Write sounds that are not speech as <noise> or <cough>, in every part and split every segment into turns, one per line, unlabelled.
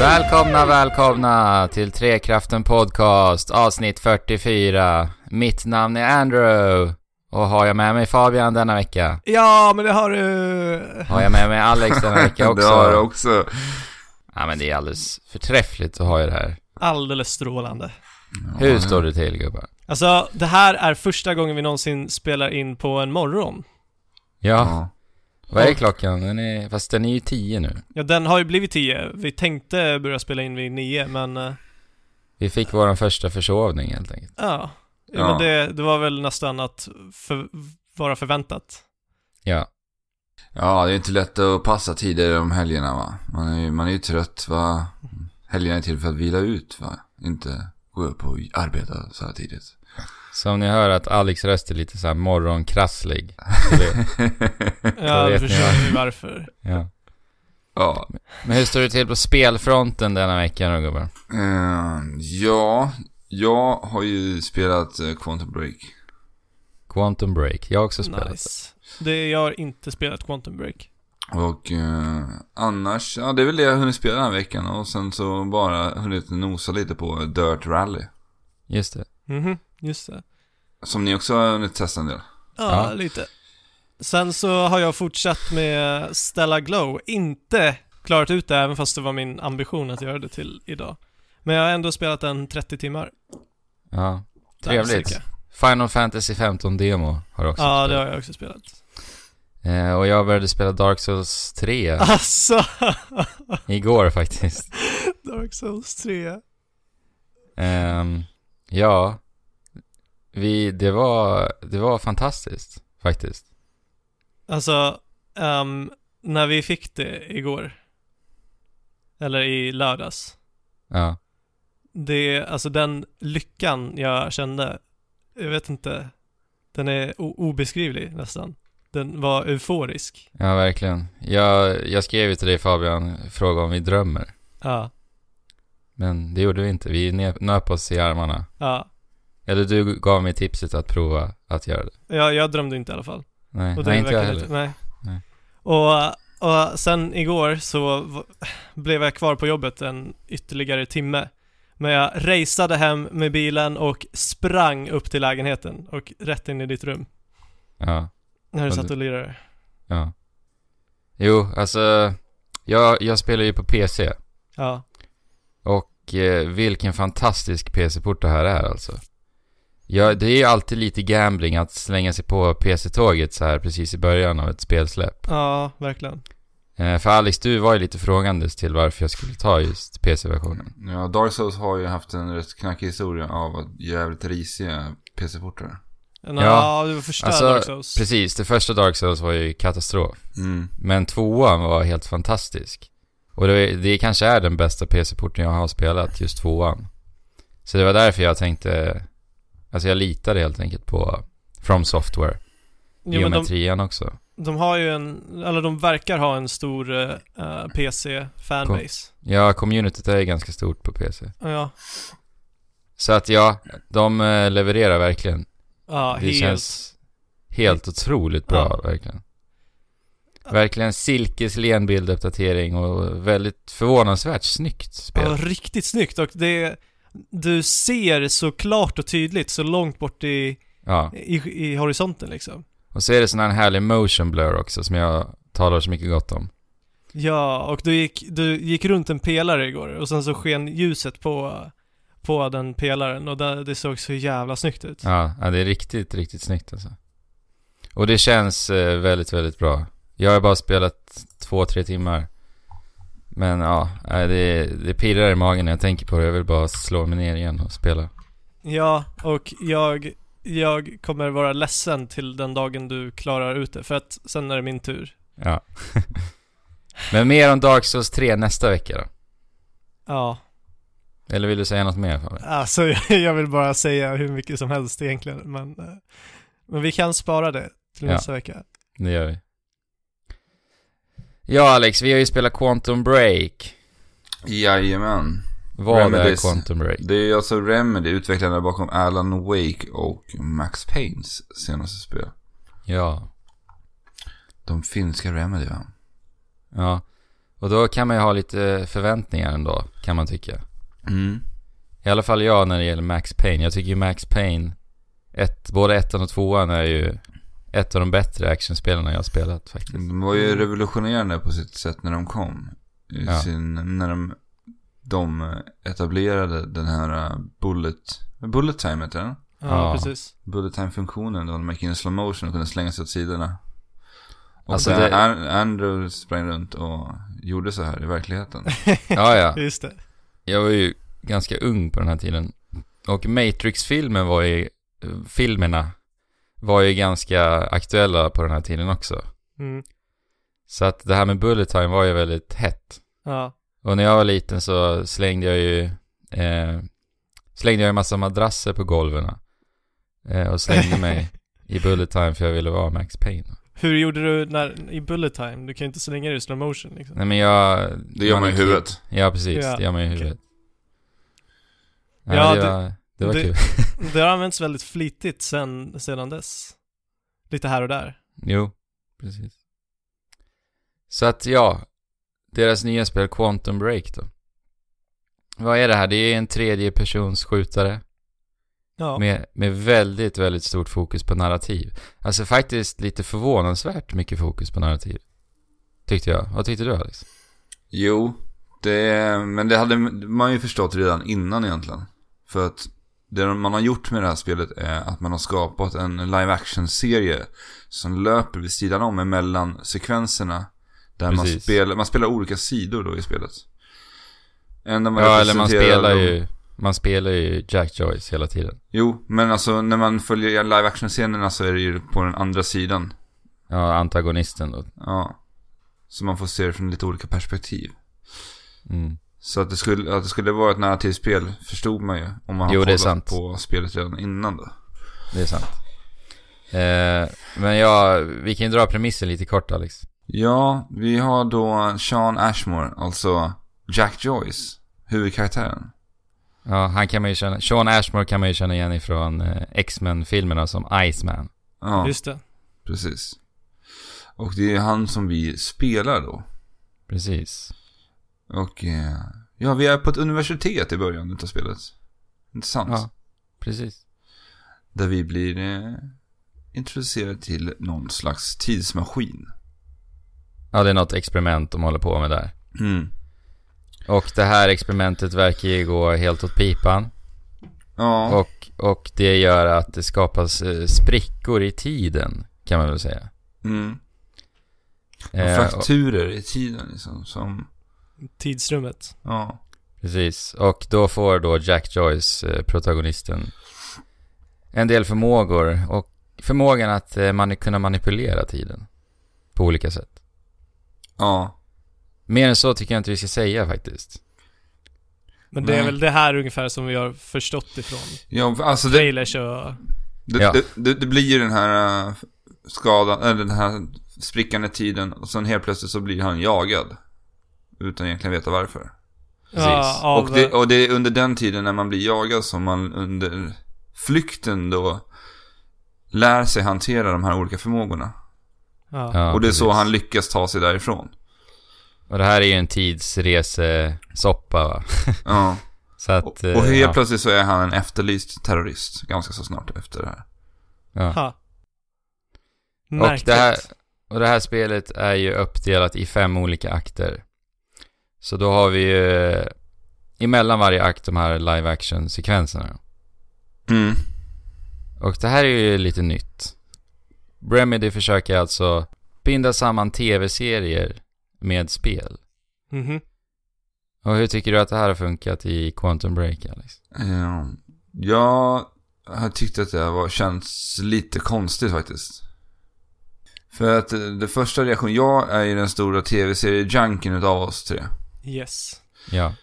Välkomna, välkomna till Trekraften Podcast avsnitt 44. Mitt namn är Andrew och har jag med mig Fabian denna vecka?
Ja, men det har du.
Har jag med mig Alex denna vecka också?
<laughs> Det har jag också.
Ja men det är alldeles förträffligt att ha er här.
Alldeles strålande.
Hur står det till gubbar?
Alltså, det här är första gången vi någonsin spelar in på en morgon.
Ja,
Ja.
vad är klockan? Den är, fast den är ju 10 nu.
Ja, den har ju blivit tio. Vi tänkte börja spela in vid nio, men eh,
Vi fick vår första försovning helt enkelt.
ja. ja.
Ja.
Men det, det var väl nästan att för, vara förväntat.
Ja,
ja, det är inte lätt att passa tider om helgerna va. Man är ju, man är ju trött va. Helgerna är till för att vila ut va. Inte gå upp och arbeta så här tidigt. <laughs>
som ni hör att Alex röst är lite så här morgonkrasslig. Så det-
Ja, då
vet ni
förstår vi varför.
Ja.
ja.
Men hur står det till på spelfronten denna vecka då gubbar?
Eh, ja, jag har ju spelat eh, Quantum Break.
Quantum Break, jag har också spelat.
Nice. Det, jag har inte spelat Quantum Break.
Och eh, annars, ja det är väl det jag har hunnit spela den här veckan. Och sen så bara hunnit nosa lite på Dirt Rally.
Just det.
Mhm, just det.
Som ni också har hunnit testa en del.
Ja,
Ja.
lite. Sen så har jag fortsatt med Stella Glow. Inte klarat ut det, även fast det var min ambition att göra det till idag. Men jag har ändå spelat den 30 timmar.
Ja.
Där
Trevligt.
cirka.
Final Fantasy 15 demo har du också
Ja, det
spelat.
har jag också spelat.
Eh, och jag började spela Dark Souls
<laughs>
3
Alltså!
igår faktiskt.
Dark Souls 3.
Ehm, ja, vi, det, var, det var fantastiskt faktiskt.
Alltså, ehm, när vi fick det igår. Eller i lördags.
Ja.
Det, alltså den lyckan jag kände, jag vet inte, den är o- obeskrivlig nästan. Den var euforisk.
Ja, verkligen. Jag, jag skrev ju till dig Fabian, fråga om vi drömmer.
Ja,
Men det gjorde vi inte. Vi nöp, nöp oss i armarna.
ja.
Eller du gav mig tipset att prova att göra det.
Jag, jag drömde inte i alla fall.
Nej,
Och det
nej inte jag
verkar
heller.
lite- Nej.
Nej.
Och, och sen igår så v- blev jag kvar på jobbet en ytterligare timme. Men jag raceade hem med bilen och sprang upp till lägenheten och rätt in i ditt rum.
Ja,
När du
Ja,
satt
det-
och lirade.
ja. Jo, alltså, jag, jag spelar ju på PC.
Ja,
Och eh, vilken fantastisk PC-port det här är alltså. Ja, det är ju alltid lite gambling att slänga sig på PC-tåget så här precis i början av ett spelsläpp.
ja, verkligen.
Eh, för Alex, du var ju lite frågandes till varför jag skulle ta just PC-versionen.
Ja, Dark Souls har ju haft en rätt knackig historia av att jävligt risiga PC-portar.
Ja,
Ja,
du var förstörd
alltså,
Dark Souls.
Precis, det första Dark Souls var ju katastrof.
Mm.
Men tvåan var helt fantastisk. Och det, det kanske är den bästa PC-porten jag har spelat, just tvåan. Så det var därför jag tänkte, alltså jag litade helt enkelt på From Software.
Jo,
I och
men
med
de,
trean också.
de har ju en, eller de verkar ha en stor eh, PC-fanbase.
Ja, communityt är ju ganska stort på PC.
Ja,
Så att ja, de eh, levererar verkligen.
ja
det
helt.
känns helt otroligt bra, verkligen. Verkligen silkeslen bilduppdatering och väldigt förvånansvärt snyggt spel.
Ja, riktigt snyggt och det, du ser så klart och tydligt så långt bort i,
Ja.
i, i horisonten liksom.
Och så är det sån här härlig motion blur också som jag talar så mycket gott om.
Ja, och du gick, du gick runt en pelare igår och sen så sken ljuset på, på den pelaren och det, det såg så jävla snyggt ut.
Ja, ja det är riktigt, riktigt snyggt alltså. Och det känns eh, väldigt, väldigt bra. Jag har bara spelat två, tre timmar. Men ja, nej, det, det pirrar i magen när jag tänker på det. Jag vill bara slå mig ner igen och spela.
Ja, och jag, jag kommer vara ledsen till den dagen du klarar ut det för att sen är det min tur.
Ja. <laughs> Men mer om Dark Souls 3 nästa vecka då.
Ja,
Eller vill du säga något mer Fabian?
<laughs> alltså jag vill bara säga hur mycket som helst egentligen men, eh, men vi kan spara det till
Ja.
nästa vecka.
Det gör vi. Ja Alex, vi har ju spelat Quantum Break.
Jajamän.
Vad
Remedies.
är Quantum Break?
Det är alltså Remedy, utvecklarna bakom Alan Wake och Max Paynes senaste spel.
Ja.
De finska Remedy va?
Ja. Och då kan man ju ha lite förväntningar ändå, kan man tycka.
Mm.
I alla fall jag när det gäller Max Payne. Jag tycker ju Max Payne, ett, både ettan och tvåan är ju ett av de bättre actionspelarna jag har spelat faktiskt.
De var ju revolutionerande på sitt sätt när de kom. I
Ja.
sin, när de, de etablerade den här eh, bullet, bullet time heter den.
ja
Ja.
precis.
Bullet time-funktionen då man gick in i slow motion och kunde slänga sig åt sidorna. Och
Alltså,
alltså där,
det-
An- Andrew sprang runt och gjorde så här
<laughs>
i verkligheten.
Ja, ja.
<laughs> Just det.
Jag var ju ganska ung på den här tiden. Och Matrix-filmen var ju, filmerna var ju ganska aktuella på den här tiden också.
Mm.
Så att det här med bullet time var ju väldigt hett.
Ja.
Och när jag var liten så slängde jag ju, eh, slängde jag en massa madrasser på golven. Eh, och slängde mig i bullet time för jag ville vara Max Payne.
<laughs> Hur gjorde du när, i bullet time? Du kan ju inte slänga det i slow motion liksom.
Nej men jag...
Det gör man i
är kid.
huvudet.
Ja precis,
Ja,
det gör man i
okej.
huvudet. Ja,
Ja,
det,
det-
var, det var
det-
kul.
Det har använts väldigt flitigt sen, sedan dess. Lite här och där.
Jo, precis. Så att ja, deras nya spel Quantum Break då. Vad är det här? Det är en tredjepersonsskjutare
Ja.
med, med väldigt, väldigt stort fokus på narrativ. Alltså faktiskt lite förvånansvärt mycket fokus på narrativ. Tyckte jag. Vad tyckte du Alex?
Jo, det, men det hade man ju förstått redan innan egentligen. För att det man har gjort med det här spelet är att man har skapat en live action-serie som löper vid sidan om emellan sekvenserna. Där man
Precis.
spelar, man spelar olika sidor då i spelet. En där man
Ja, eller man
representerar
spelar
de-
ju, man spelar ju Jack Joyce hela tiden.
Jo, men alltså när man följer live action-scenerna så är det ju på den andra sidan.
Ja, antagonisten då.
Ja. Så man får se det från lite olika perspektiv.
Mm.
Så att det skulle, att det skulle vara ett narrativspel förstod man ju. Om man har
Jo, det är
kollat
sant.
på spelet redan innan då.
Det är sant. Eh, men ja, vi kan ju dra premissen lite kort Alex.
Ja, vi har då Sean Ashmore, alltså Jack Joyce, huvudkaraktären.
Ja, han kan man ju känna, Sean Ashmore kan man ju känna igen ifrån eh, X-Men-filmerna som Iceman.
Ja,
Just det.
precis. Och det är han som vi spelar då.
Precis.
Och eh, ja, vi är på ett universitet i början utav spelet. Intressant.
Ja, precis.
Där vi blir eh, introducerade till någon slags tidsmaskin.
Ja, det är något experiment de håller på med där.
Mm.
Och det här experimentet verkar ju gå helt åt pipan.
Ja,
Och, och det gör att det skapas eh, sprickor i tiden, kan man väl säga.
mm. och
Eh, och-
frakturer i tiden liksom. Som,
Tidsrummet.
ja.
Precis, och då får då Jack Joyce, eh, protagonisten, en del förmågor och förmågan att eh, mani- kunna manipulera tiden på olika sätt.
Ja,
Mer än så tycker jag inte vi ska säga faktiskt.
Men det är
Nej.
väl det här ungefär som vi har förstått ifrån
ja alltså det,
trailers och...
det,
Ja.
det, det, det blir ju den här eh, skadan, eller den här sprickan i tiden. Och sen helt plötsligt så blir han jagad. Utan egentligen veta varför.
Precis.
Ja, av,
Och det, och det är under den tiden när man blir jagad som man under flykten då lär sig hantera de här olika förmågorna.
ja.
Ja,
och det är så
precis.
han lyckas ta sig därifrån.
Och det här är ju en tidsresesoppa va?
Ja.
<laughs> Så att...
Och,
eh,
och helt
ja.
plötsligt så är han en efterlyst terrorist ganska så snart efter det här.
Ja.
Ha.
Och,
Märkligt.
det här, och det här spelet är ju uppdelat i fem olika akter. Så då har vi ju eh, emellan varje akt de här live action-sekvenserna.
Mm.
Och det här är ju lite nytt. Remedy försöker alltså binda samman tv-serier med spel.
Mhm.
Och hur tycker du att det här har funkat i Quantum Break, Alex?
Ja. Ehm, Jag har tyckt att det här var, känns lite konstigt faktiskt. För att eh, det första reaktion, jag är ju den stora tv-serie-junken utav oss tre.
Yes.
Ja.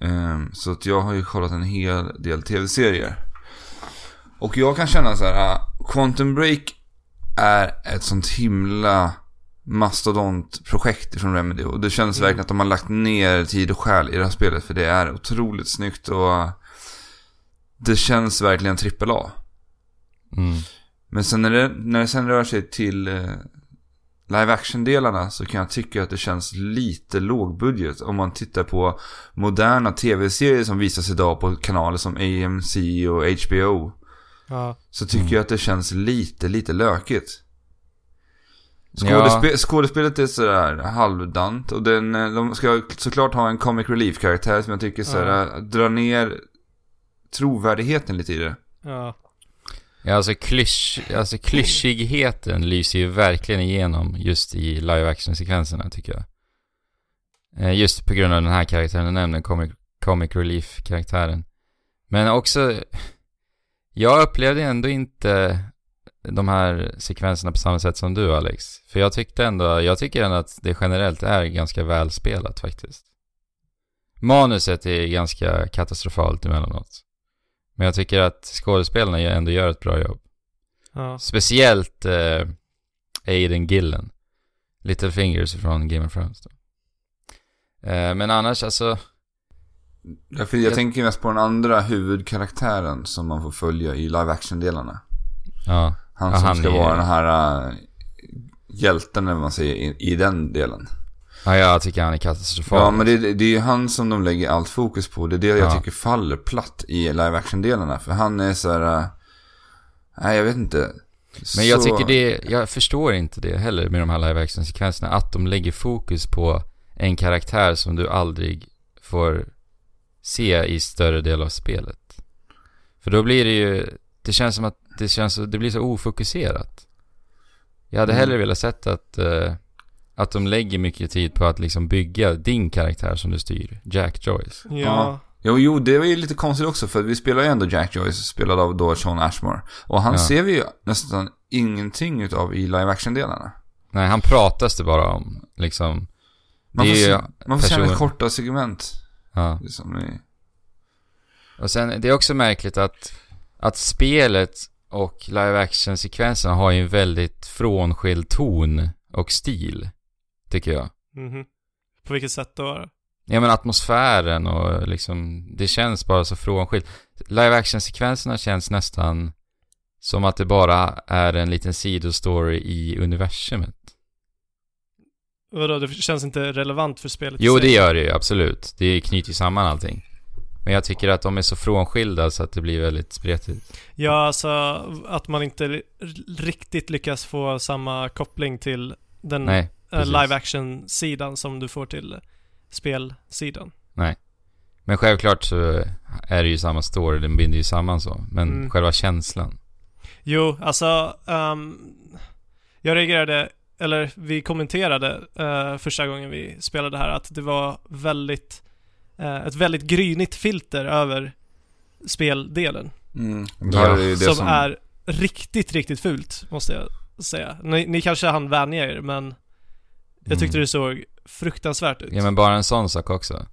Ehm, Så att jag har ju kollat en hel del tv-serier. Och jag kan känna så här, ah, Quantum Break är ett sånt himla mastodontprojekt från Remedy. Och det känns
Mm.
verkligen att de har lagt ner tid och själ i det här spelet. För det är otroligt snyggt och ah, det känns verkligen trippel A.
Mm.
Men sen när det, när det sen rör sig till eh, live action-delarna så kan jag tycka att det känns lite lågbudget om man tittar på moderna tv-serier som visas idag på kanaler som AMC och HBO.
Ja.
Så tycker
Mm.
jag att det känns lite, lite lökigt.
Ja.
Skådespe- Skådespelet är sådär halvdant och den, eh, de ska såklart ha en comic relief-karaktär som jag tycker sådär drar ner trovärdigheten lite i det.
Ja.
Ja, alltså, klysch, alltså klyschigheten lyser ju verkligen igenom just i live action-sekvenserna tycker jag. Eh, Just på grund av den här karaktären du nämnde, comic, comic relief-karaktären. Men också, jag upplevde ändå inte de här sekvenserna på samma sätt som du Alex. För jag tyckte ändå, jag tycker ändå att det generellt är ganska välspelat faktiskt. Manuset är ganska katastrofalt emellanåt. Men jag tycker att skådespelarna ju ändå gör ett bra jobb.
Ja.
Speciellt eh, Aiden Gillen. Littlefingers från Game of Thrones då. Eh, men annars alltså,
Därför jag,
Jag-
tänker mest på den andra huvudkaraktären som man får följa i live action-delarna.
ja.
Han
Ja,
som
han
ska
är-
vara den här eh, hjälten, eller vad man säger, i, i den delen.
ja jag tycker han är katastrofal.
Ja, men det, det är ju han som de lägger allt fokus på. Det är det jag
Ja.
tycker faller platt i live action-delarna. För han är så här... eh, Nej, jag vet inte.
Men jag
Så-
tycker det, jag förstår inte det heller med de här live action-sekvenserna. Att de lägger fokus på en karaktär som du aldrig får se i större del av spelet. För då blir det ju, det känns som att det känns, så- det blir så ofokuserat. Jag hade
Mm.
hellre velat sett att, eh, att de lägger mycket tid på att liksom bygga din karaktär som du styr, Jack Joyce.
Ja.
Ja. Jo, jo, det var ju lite konstigt också för vi spelar ju ändå Jack Joyce, spelad av då Sean Ashmore. Och han
Ja.
ser vi ju nästan ingenting utav i live action-delarna.
Nej, han pratas det bara om, liksom.
Man
Det
får,
är ju
se, man får se
personen.
hennes korta segment.
Ja.
Liksom i,
Och sen, det är också märkligt att, att spelet och live action-sekvenserna har ju en väldigt frånskild ton och stil, tycker jag.
Mhm. På vilket sätt då?
Ja men atmosfären och liksom, det känns bara så frånskilt. Live action-sekvenserna känns nästan som att det bara är en liten sidostory i universumet.
Vadå, det känns inte relevant för spelet i
Jo,
sig.
det gör det ju absolut. Det knyter ju samman allting. Men jag tycker att de är så frånskilda så att det blir väldigt spretigt.
Ja, alltså att man inte li- riktigt lyckas få samma koppling till den
Nej,
eh,
precis.
live action-sidan som du får till spelsidan.
Men självklart så är det ju samma story, den binder ju samman så. Men
Mm.
själva känslan.
Jo, alltså ehm, jag reagerade, eller vi kommenterade eh, första gången vi spelade här att det var väldigt, eh, ett väldigt grynigt filter över speldelen.
mm,
Ja.
ja, det är ju det
som,
som,
är riktigt, riktigt fult, måste jag säga. Ni, ni kanske hann vänja er, men jag tyckte
Mm.
det såg fruktansvärt ut.
Ja men bara en sån sak också.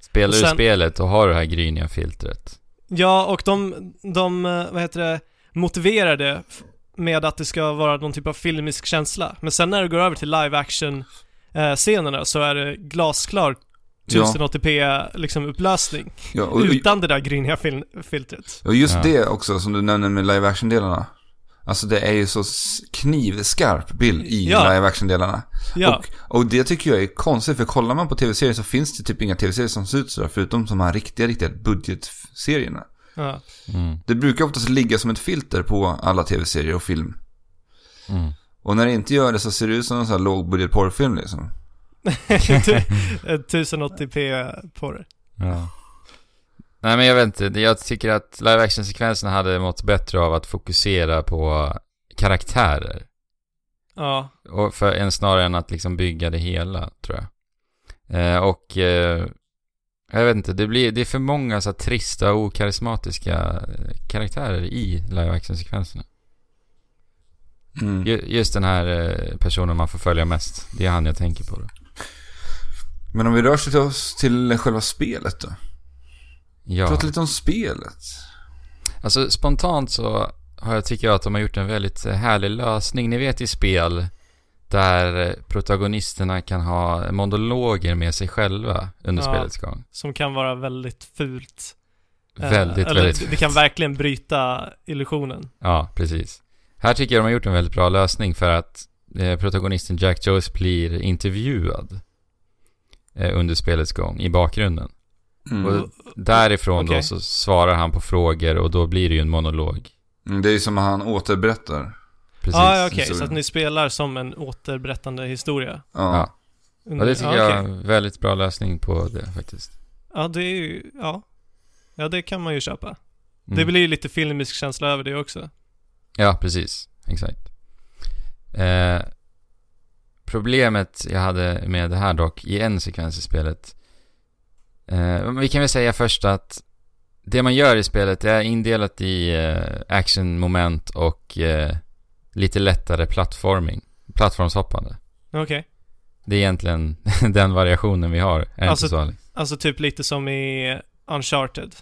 Spelar
Och
du
sen-
spelet och har det här gryniga
<laughs>
filtret.
Ja, och de, de, eh, vad heter det, motiverar det f- med att det ska vara någon typ av filmisk känsla. Men sen när du går över till live action eh, scenerna så är det glasklar
Ja.
1080p liksom upplösning
Ja, och,
utan det där gryniga fil- filtret.
och just
Ja.
det också som du nämnde med live action-delarna. Alltså det är ju så s- knivskarp bild i
Ja.
live action-delarna.
Ja,
Och, och det tycker jag är konstigt, för kollar man på tv-serier så finns det typ inga tv-serier som ser ut sådär, förutom de här riktiga, riktiga budgetserierna.
ja. <laughs>
Mm.
Det brukar oftast ligga som ett filter på alla tv-serier och film.
Mm.
Och när det inte gör det så ser det ut som en sån här lågbudget porrfilm liksom.
Tu- eh, 1080p på det.
Ja. Nej men jag vet inte, jag tycker att live action-sekvenserna hade mått bättre av att fokusera på karaktärer.
Ja,
Och för, än snarare än att liksom bygga det hela, tror jag. Eh, och eh, jag vet inte, det, blir, det är för många så här trista och okarismatiska eh, karaktärer i live action-sekvenserna.
Mm.
Ju- Just den här eh, personen man får följa mest, det är han jag tänker på då.
Men om vi rör sig till, oss, till själva spelet då.
Ja,
Prata lite om spelet.
alltså spontant så har jag, tycker jag att de har gjort en väldigt eh, härlig lösning. Ni vet i spel där eh, protagonisterna kan ha monologer med sig själva under
Ja.
spelets gång.
som kan vara väldigt fult. Eh,
Väldigt,
eller,
väldigt
det- Det kan verkligen bryta illusionen.
Ja, precis. Här tycker jag de har gjort en väldigt bra lösning för att eh, protagonisten Jack Joyce blir intervjuad eh, under spelets gång i bakgrunden.
Mm.
Och därifrån då
Okej.
så svarar han på frågor och då blir det ju en monolog.
Mm, Det är som han återberättar.
Precis.
Ah, ja, okej,
historien.
så att ni spelar som en återberättande historia?
Ja.
Ja. Ja, det tycker
Ja,
jag
okej.
är en väldigt bra lösning på det faktiskt.
Ja, det är ju, ja. Ja, det kan man ju köpa.
Mm.
Det blir ju lite filmisk känsla över det också.
Ja, precis. Exakt. Eh, problemet jag hade med det här dock, i en sekvens i spelet. Eh, men vi kan väl säga först att det man gör i spelet är indelat i eh, actionmoment och eh, lite lättare plattforming. Plattformshoppande.
Okej.
Det är egentligen <laughs> den variationen vi har. Är det
Alltså-
inte så, Alex?
Alltså typ lite som i Uncharted.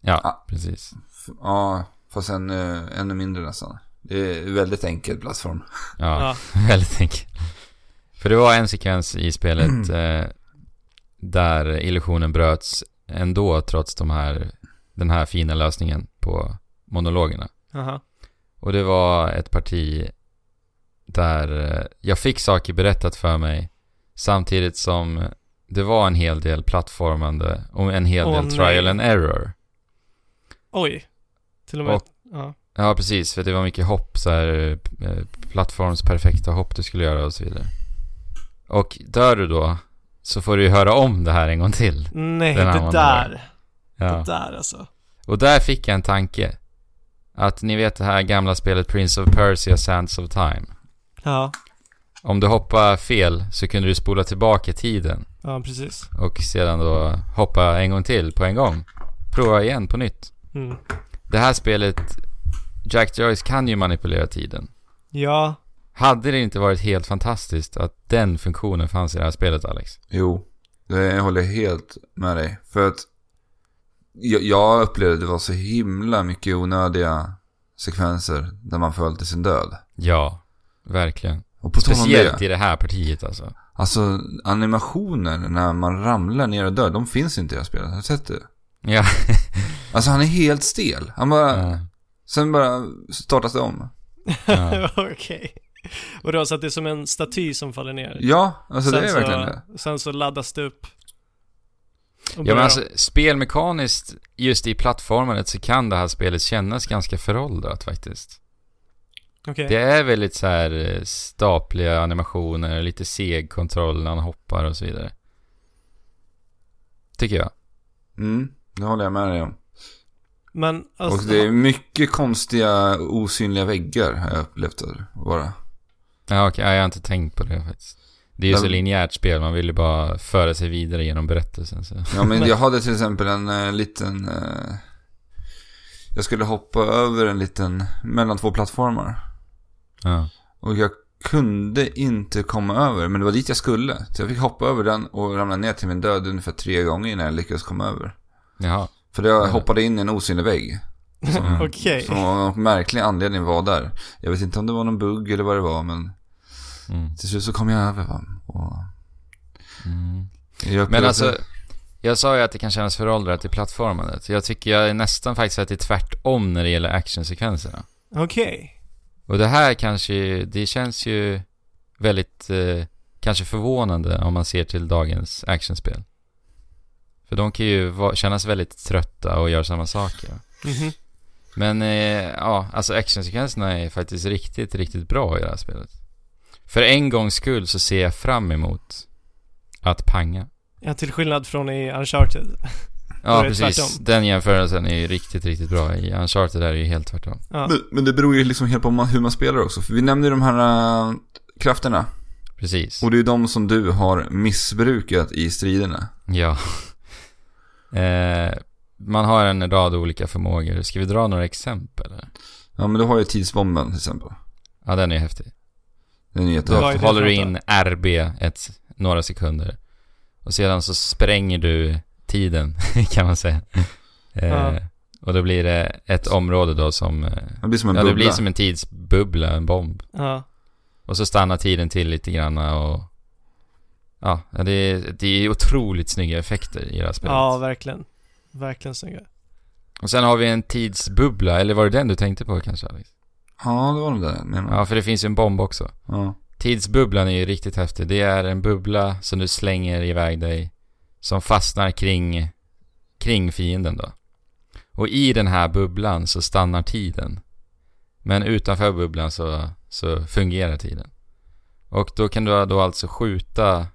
Ja,
Ah.
precis.
F- ja, fast än, eh, ännu mindre nästan. Det är en väldigt enkel plattform.
ja.
Ja.
<laughs> Väldigt enkelt. För det var en sekvens i spelet
Mm.
eh, där illusionen bröts ändå trots de här, den här fina lösningen på monologerna.
Aha.
Och det var ett parti där eh, jag fick saker berättat för mig samtidigt som det var en hel del plattformande och en hel
Åh,
del
nej.
trial and error.
Oj. Till och med.
Och-
ja.
Ja, precis. För det var mycket hopp, så här eh, plattformsperfekta hopp du skulle göra och så vidare. Och dör du då så får du ju höra om det här en gång till.
Nej,
Den här
det
var
där.
Ja.
Det där alltså.
Och där fick jag en tanke. Att ni vet det här gamla spelet Prince of Persia Sands of Time.
Ja.
Om du hoppar fel så kunde du spola tillbaka tiden
Ja, precis.
och sedan då hoppa en gång till på en gång. Prova igen på nytt.
Mm.
Det här spelet, Jack Joyce kan ju manipulera tiden.
Ja. <laughs>
Hade det inte varit helt fantastiskt att den funktionen fanns i det här spelet, Alex?
Jo, det håller jag helt med dig. För att jag, jag upplevde det var så himla mycket onödiga sekvenser där man föll till sin död.
Ja, verkligen.
Och på tal om
Speciellt
det,
i det här partiet alltså.
alltså animationer när man ramlar ner och dör, de finns inte i det här spelet. Har du sett det? <laughs>
Ja.
Alltså han är helt stel. Han bara,
ja.
sen bara startas det om.
ja.
Okej. Och då så att det är som en staty som faller ner.
Ja, alltså det är
så,
verkligen det.
Sen så laddas det upp. Och
ja men
börjar
alltså spelmekaniskt, just i plattformandet så kan det här spelet kännas ganska föråldrat faktiskt.
om. Okej.
Det är väldigt så här eh, stapliga animationer, lite seg kontroll när han hoppar och så vidare. Tycker jag.
Mm, det håller jag med dig om.
Men alltså,
och det är mycket konstiga osynliga väggar har jag upplevt det vara.
Ja okej, ja, jag har inte tänkt på det faktiskt. Det är ju
Men-
så linjärt spel, man vill ju bara föra sig vidare genom berättelsen så.
Ja,
<laughs>
men
Men-
jag hade till exempel en eh, liten... Eh, jag skulle hoppa över en liten... Mellan två plattformar.
Ja.
Och jag kunde inte komma över, men det var dit jag skulle. Så jag fick hoppa över den och ramla ner till min död ungefär tre gånger innan jag lyckades komma över.
Jaha.
För jag
Mm.
hoppade in i en osynlig <laughs> vägg. Som,
Okej.
som av någon märklig anledning var där. Jag vet inte om det var någon bugg eller vad det var, men
Mm.
till slut så kom jag över. Va? Och
Mm.
jag
Men
upplevde-
alltså, jag sa ju att det kan kännas föråldrat i plattformandet. Jag tycker jag är nästan faktiskt att det är tvärtom när det gäller actionsekvenserna.
Okej.
Och det här kanske, det känns ju väldigt, eh, kanske förvånande om man ser till dagens actionspel. För de kan ju va- kännas väldigt trötta och göra samma saker.
Mhm.
Men eh, ja, alltså actionsekvenserna är faktiskt riktigt, riktigt bra i det här spelet. För en gångs skull så ser jag fram emot att panga.
Ja, till skillnad från i Uncharted.
Ja,
Då är det
precis.
tvärtom.
Den jämförelsen är ju riktigt, riktigt bra. I Uncharted är det ju helt tvärtom.
Ja.
Men, men det beror ju liksom helt på hur man- hur man spelar också. För vi nämnde ju de här äh, krafterna.
Precis.
Och det är ju de som du har missbrukat i striderna.
Ja. <laughs> eh, man har en rad olika förmågor. Ska vi dra några exempel? eller?
Ja, men du har ju tidsbomben till exempel.
Ja, den är häftig.
Den är
Då
Vad är
jättehäftig.
det för
håller du
något
in RB ett, några sekunder. Och sedan så spränger du tiden, <laughs> kan man säga. Eh,
Ja.
Och då blir det ett område då som... eh,
Det blir som en
Ja, det
bubbla.
blir som en tidsbubbla, en bomb.
Ja.
Och så stannar tiden till lite grann och... Ja, det är, det är otroligt snygga effekter i det här spelet.
ja, verkligen. Verkligen snygga.
Och sen har vi en tidsbubbla, eller var det den du tänkte på kanske Alex?
Ja, det var den där. Men, ja.
Ja, för det finns ju en bomb också. Tidsbubblan är ju riktigt häftig. Det är en bubbla som du slänger iväg dig som fastnar kring, kring fienden då. Och i den här bubblan så stannar tiden. Men utanför bubblan så, så fungerar tiden. Och då kan du då alltså skjuta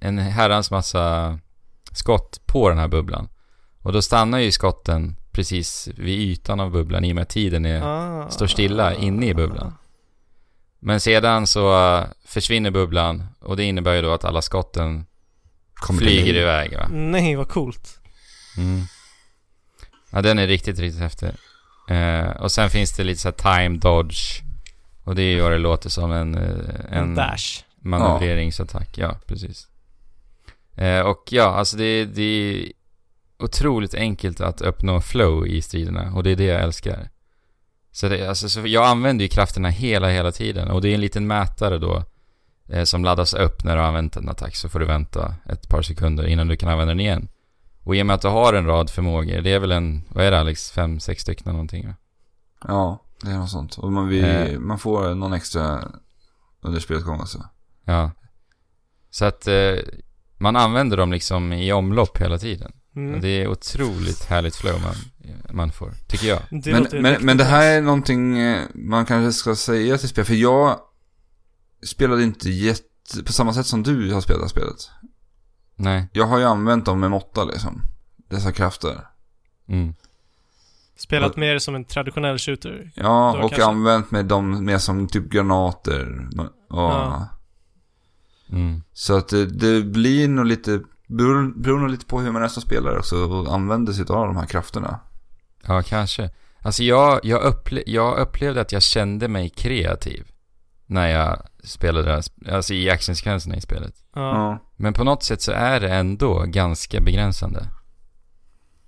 en herrans massa skott på den här bubblan. Och då stannar ju skotten precis vid ytan av bubblan i och med att tiden är,
Ah.
står stilla inne i bubblan. Men sedan så eh, försvinner bubblan och det innebär ju då att alla skotten
Kommer till
flyger
liv.
iväg va?
Nej, vad coolt.
Mm. Ja, den är riktigt, riktigt häftig. Eh, och sen finns det lite så här time dodge. Och det är ju vad det låter som en, eh,
En
en
dash.
manövreringsattack. Ja, precis. Eh, och ja, alltså det, det är otroligt enkelt att uppnå flow i striderna och det är det jag älskar. Så, det, alltså, så jag använder ju krafterna hela, hela tiden och det är en liten mätare då eh, som laddas upp när du har använt en attack så får du vänta ett par sekunder innan du kan använda den igen. Och i och med att du har en rad förmågor, det är väl en, vad är det Alex, fem, sex stycken eller någonting va?
Ja, det är något sånt. Och man, vi,
Eh.
man får någon extra under spelets gång alltså.
Ja. Så att eh, man använder dem liksom i omlopp hela tiden.
Mm.
Det är otroligt härligt flow man, man får, tycker jag.
Det
Men,
låter
men,
riktigt
men det här
nice.
är någonting eh, man kanske ska säga till spel. För jag spelade inte jätte, på samma sätt som du har spelat spelet.
Nej.
Jag har ju använt dem med måtta liksom. Dessa krafter.
Mm.
Spelat mer som en traditionell shooter.
Ja,
Då
och
kanske-
använt med dem mer som typ granater. Och,
Ja.
Mm.
Så att det, det blir nog lite, beror, beror nog lite på hur man är som spelare också och använder sig av de här krafterna.
Ja, kanske. Alltså jag, jag, upple- jag upplevde att jag kände mig kreativ när jag spelade, det här- alltså i actionsekvenserna i spelet.
Ja.
Ja.
Men på något sätt så är det ändå ganska begränsande.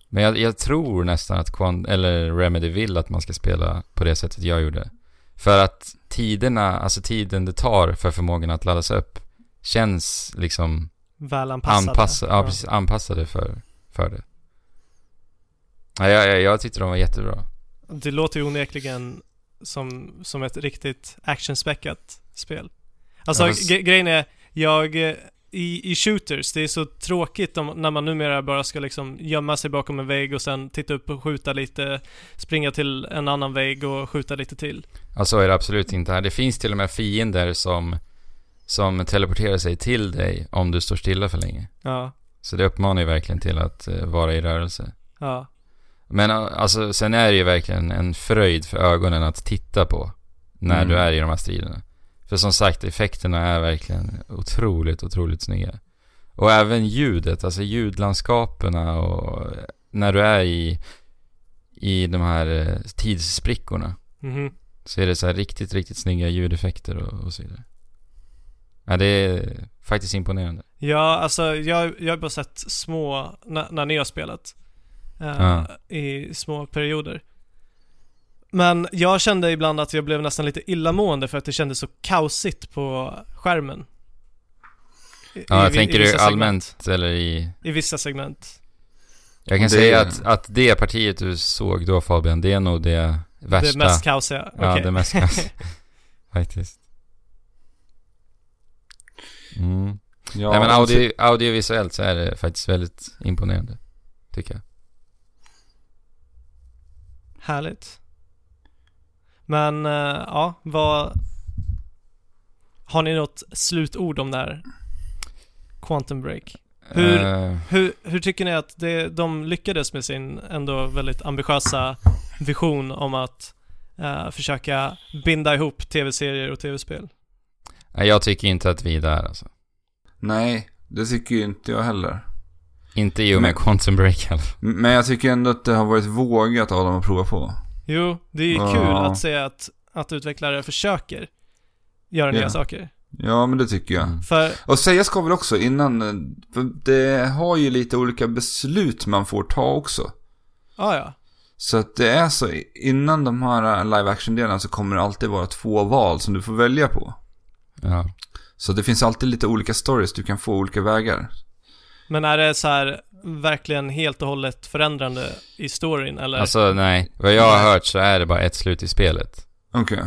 Men jag, jag tror nästan att Quan, eller Remedy vill att man ska spela på det sättet jag gjorde. För att tiderna, alltså tiden det tar för förmågan att laddas upp känns liksom
Väl anpassade.
anpassade, ja, precis, anpassade för, för det. Ja, jag, jag, jag tyckte de var jättebra.
Det låter ju onekligen som, som ett riktigt actionspäckat spel. Alltså
Ja, fast-
gre- grejen är, jag, eh, i, i shooters, det är så tråkigt om, när man numera bara ska liksom gömma sig bakom en vägg och sen titta upp och skjuta lite, springa till en annan vägg och skjuta lite till.
Ja, så Alltså, är det absolut inte här. Det finns till och med fiender som, som teleporterar sig till dig om du står stilla för länge.
Ja,
Så det uppmanar ju verkligen till att eh, vara i rörelse.
ja,
Men eh, alltså, sen är det ju verkligen en fröjd för ögonen att titta på när
Mm.
du är i de här striderna. För som sagt, effekterna är verkligen otroligt, otroligt snygga. Och även ljudet, alltså ljudlandskapen och eh, när du är i, i de här eh, tidssprickorna
mhm.
så är det så här riktigt, riktigt snygga ljudeffekter och, och så vidare. Ja, det är faktiskt imponerande.
Ja, alltså jag, jag har bara sett små, när, när ni har spelat. eh,
Ja.
I små perioder. Men jag kände ibland att jag blev nästan lite illamående för att det kändes så kaosigt på skärmen. I,
Ja, jag
vi-
tänker du
vissa segment.
allmänt eller i
I vissa segment.
Jag kan
Det-
säga att, att det partiet du såg då Fabian, det är nog det värsta.
Det mest kaosiga.
Ja,
Okej.
det mest
<laughs>
kaos. Faktiskt. Mm.
Ja, alltså-
Nej men audio, audiovisuellt så är det faktiskt väldigt imponerande. Tycker jag.
Härligt. Men, eh, ja, vad... Har ni något slutord om det här? Quantum Break? Hur-
Eh,
Hur, hur tycker ni att det, de lyckades med sin ändå väldigt ambitiösa vision om att eh, försöka binda ihop tv-serier och tv-spel?
nej, jag tycker inte att vi är där alltså.
Nej, det tycker ju inte jag heller.
Inte i och med
Men-
Quantum Break i alla fall.
M- Men jag tycker ändå att det har varit vågat av dem att prova på.
Jo, det är ju
Ja.
kul att se att, att utvecklare försöker göra nya
Ja.
saker.
Ja, men det tycker jag.
Mm.
För,
Och säga ska väl också innan, eh, för det har ju lite olika beslut man får ta också.
ah, ja,
Så att det är så, innan de här eh, live action-delarna så kommer det alltid vara två val som du får välja på.
Ja.
Så det finns alltid lite olika stories, du kan få olika vägar.
men är det så här verkligen helt och hållet förändrande i storyn eller?
Alltså nej, vad jag har hört så är det bara ett slut i spelet.
Okej.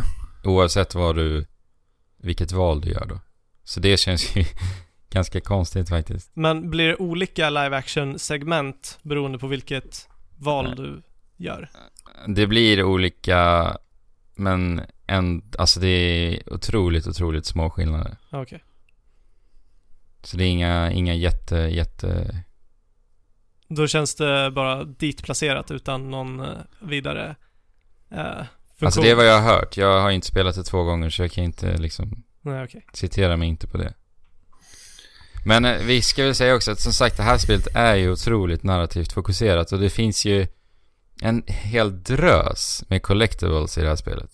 Oavsett vad du vilket val du gör då. Så det känns ju <laughs> ganska konstigt faktiskt.
Men blir det olika live action segment beroende på vilket val
Nej.
du gör?
Det blir olika, men en, alltså det är otroligt, otroligt små skillnader.
Okej.
Så det är inga, inga jätte, jätte...
Då känns det bara dit placerat utan någon eh, vidare eh, funktion.
Alltså det är vad jag har hört. Jag har inte spelat det två gånger så jag kan inte liksom
Nej, okej.
Citera mig inte på det. Men eh, vi ska väl säga också att som sagt det här spelet är ju otroligt narrativt fokuserat och det finns ju en hel drös med collectibles i det här spelet.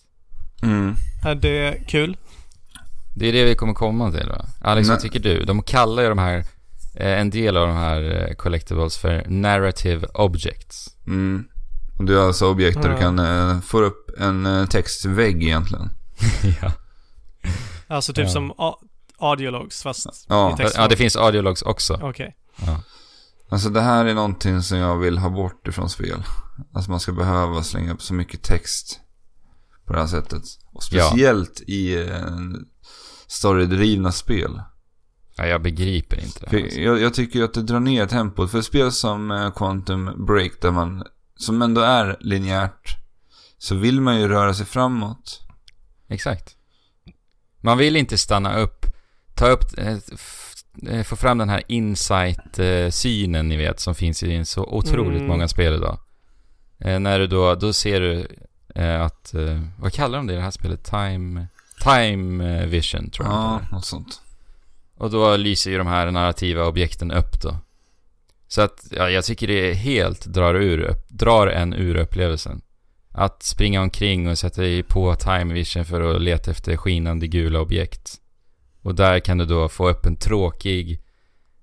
Mm.
Är det kul?
Det är det vi kommer komma till va? Alex, vad
Nej.
tycker du? De kallar ju de här, eh, en del av de här eh, collectibles för narrative
<laughs>
objects.
Mm. Och du har alltså objekt där
Ja.
du kan eh, få upp en eh, textvägg egentligen.
ja.
Alltså typ
Ja.
som a- audiologs fast
Ja.
i text.
ja, det finns audiologs också.
Okej.
Alltså det här är någonting som jag vill ha bort ifrån spel. Alltså man ska behöva slänga upp så mycket text på det här sättet. Och
Ja.
speciellt i eh, storydrivna spel.
Ja, jag begriper inte det
För
här. alltså.
jag, jag tycker ju att det drar ner tempot. För spel som eh, Quantum Break, där man, som ändå är linjärt, så vill man ju röra sig framåt.
Exakt. Man vill inte stanna upp, ta upp, eh, f- eh, få fram den här insight-synen ni vet som finns i så otroligt
Mm.
många spel idag. Eh, när du då, då ser du eh, att, eh, vad kallar de det i det här spelet? Time, time eh, vision tror jag de kallar
Ja,
det.
något sånt.
Och då lyser ju de här narrativa objekten upp då. Så att, ja, jag tycker det är helt drar, ur, drar en ur upplevelsen. Att springa omkring och sätta dig på time vision för att leta efter skinande gula objekt. Och där kan du då få upp en tråkig,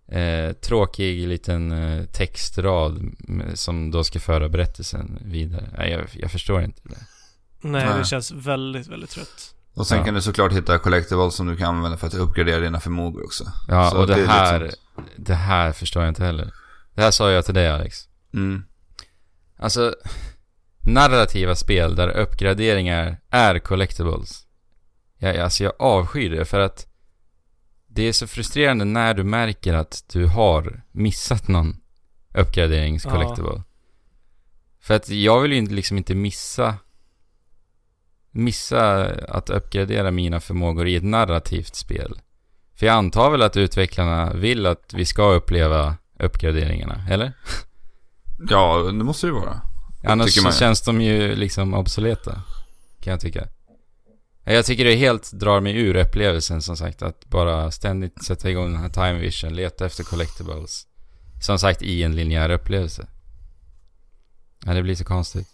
eh, tråkig liten eh, textrad m- som då ska föra berättelsen vidare. Nej, jag, jag förstår inte det.
Nej, det
Nej.
känns väldigt, väldigt trött.
Och sen
Ja.
kan du såklart hitta collectibles som du kan använda för att uppgradera dina förmågor också.
Ja,
Så
och det,
är liksom- lite
här,
sånt.
det här förstår jag inte heller. Det här sa jag till dig Alex.
Mm.
Alltså, narrativa spel där uppgraderingar är collectibles. Jag, alltså jag avskyr det för att det är så frustrerande när du märker att du har missat någon uppgraderingscollectible. För att jag vill ju inte- liksom inte missa missa att uppgradera mina förmågor i ett narrativt spel. För jag antar väl att utvecklarna vill att vi ska uppleva uppgraderingarna, eller?
Ja, det måste det ju vara.
Annars
tycker man
så
ju.
känns de ju liksom obsoleta. Kan jag tycka. Ja, Jag tycker det helt drar mig ur upplevelsen som sagt. Att bara ständigt sätta igång den här time vision, leta efter collectibles. Som sagt i en linjär upplevelse. Ja, det blir så konstigt.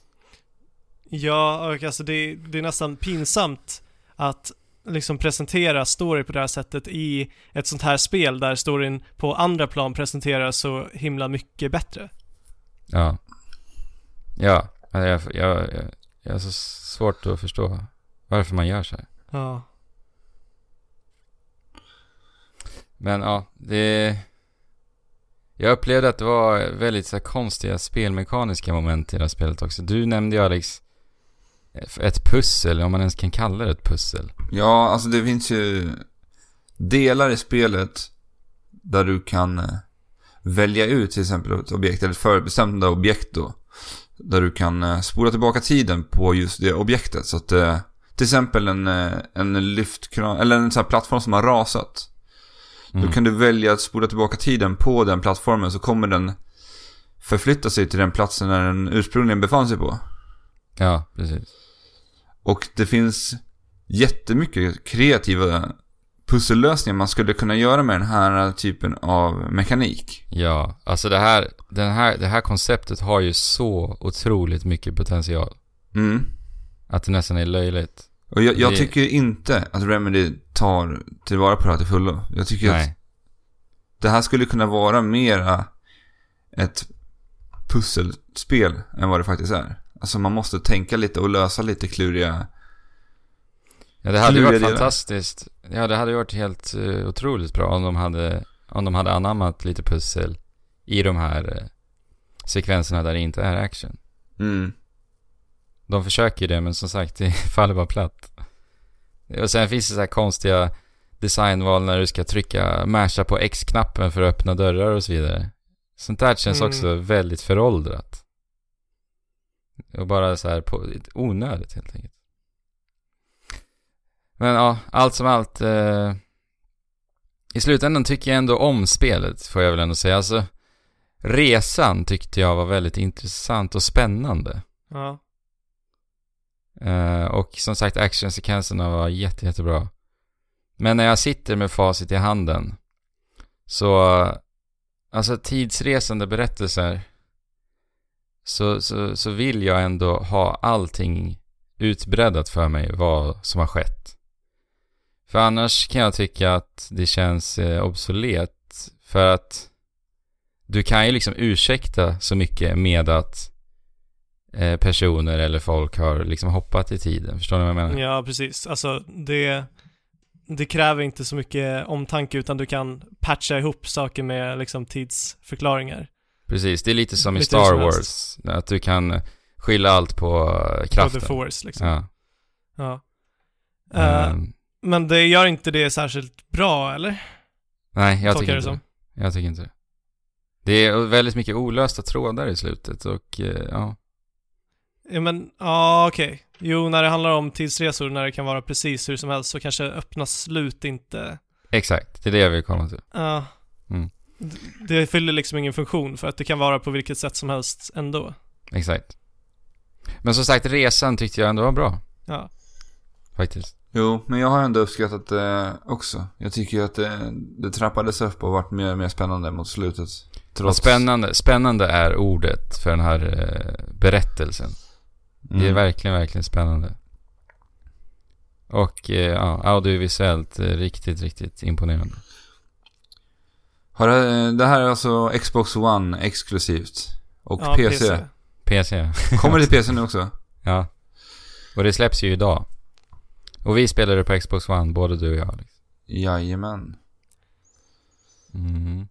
Ja, och alltså det, det är nästan pinsamt att liksom presentera story på det här sättet i ett sånt här spel där storyn på andra plan presenteras så himla mycket bättre.
Ja. Ja, jag, jag, jag, jag, jag har så svårt att förstå varför man gör så här.
Ja.
Men ja, det... Jag upplevde att det var väldigt så här, konstiga spelmekaniska moment i det här spelet också. Du nämnde ju Alex ett pussel, om man ens kan kalla det ett pussel.
Ja, alltså det finns ju delar i spelet där du kan eh, välja ut till exempel ett objekt, eller ett förbestämda objekt då. Där du kan eh, spola tillbaka tiden på just det objektet. Så att eh, till exempel en, eh, en lyftkran, eller en sån här plattform som har rasat.
Mm.
Då kan du välja att spola tillbaka tiden på den plattformen så kommer den förflytta sig till den platsen där den ursprungligen befann sig på.
Ja, precis.
Och det finns jättemycket kreativa pussellösningar man skulle kunna göra med den här typen av mekanik.
Ja, alltså det här, den här, det här konceptet har ju så otroligt mycket potential.
Mm.
Att det nästan är löjligt.
Och jag, jag
Det-
tycker inte att Remedy tar tillvara på det här till fullo. Jag tycker att
Nej.
det här skulle kunna vara mera ett pusselspel än vad det faktiskt är. Alltså man måste tänka lite och lösa lite kluriga...
Ja, det hade ju varit
Kluriga delar.
fantastiskt. Ja, det hade ju varit helt eh, otroligt bra om de hade, om de hade anammat lite pussel i de här eh, sekvenserna där det inte är action.
Mm.
<laughs> De försöker ju det, men som sagt, det faller bara platt. Och sen finns det så här konstiga designval när du ska trycka, masha på X-knappen för att öppna dörrar och så vidare. Sånt där känns
Mm.
också väldigt föråldrat. Och bara så här på, onödigt helt enkelt. Men ja, allt som allt. Eh, I slutändan tycker jag ändå om spelet, får jag väl ändå säga. Alltså, resan tyckte jag var väldigt intressant och spännande.
Ja.
Eh, och som sagt, actionsekvenserna var jätte, jättebra. Men när jag sitter med facit i handen så, eh, alltså tidsresande berättelser så, så, så vill jag ändå ha allting utbreddat för mig vad som har skett. För annars kan jag tycka att det känns eh, obsolet för att du kan ju liksom ursäkta så mycket med att eh, personer eller folk har liksom hoppat i tiden. Förstår ni vad jag menar?
ja, precis. Alltså det, det kräver inte så mycket omtanke utan du kan patcha ihop saker med liksom tidsförklaringar.
Precis, det är lite som i
Lite
Star
som
Wars. Att du kan eh, skylla allt på eh,
På
kraften.
the force liksom.
ja.
Ja. Eh,
Ehm,
Men det gör inte det särskilt bra eller?
nej, jag
tolkar
tycker
det
inte det.
som.
Jag tycker inte det. Det är väldigt mycket olösta trådar i slutet och eh, ja.
Ja men, ja okej. Jo, när det handlar om tidsresor, när det kan vara precis hur som helst, så kanske öppna slut inte...
Exakt, det är det jag vill komma till.
Ja.
Mm.
D- Det fyller liksom ingen funktion för att det kan vara på vilket sätt som helst ändå.
Exakt. Men som sagt, resan tyckte jag ändå var bra.
Ja.
Faktiskt.
Jo, men jag har ändå uppskattat det också. Jag tycker ju att det, det trappades upp och varit mer och mer spännande mot slutet.
Vad
Trots...
spännande, spännande är ordet för den här eh, berättelsen. Det är
Mm.
verkligen, verkligen spännande. Och eh, ja, audiovisuellt eh, riktigt, riktigt imponerande.
Har det, det här är alltså Xbox One exklusivt. Och
ja,
PC.
PC.
Kommer det till PC nu också?
ja. Och det släpps ju idag. Och vi spelade på Xbox One, både du och jag. liksom. Alex.
Jajamän.
Mm.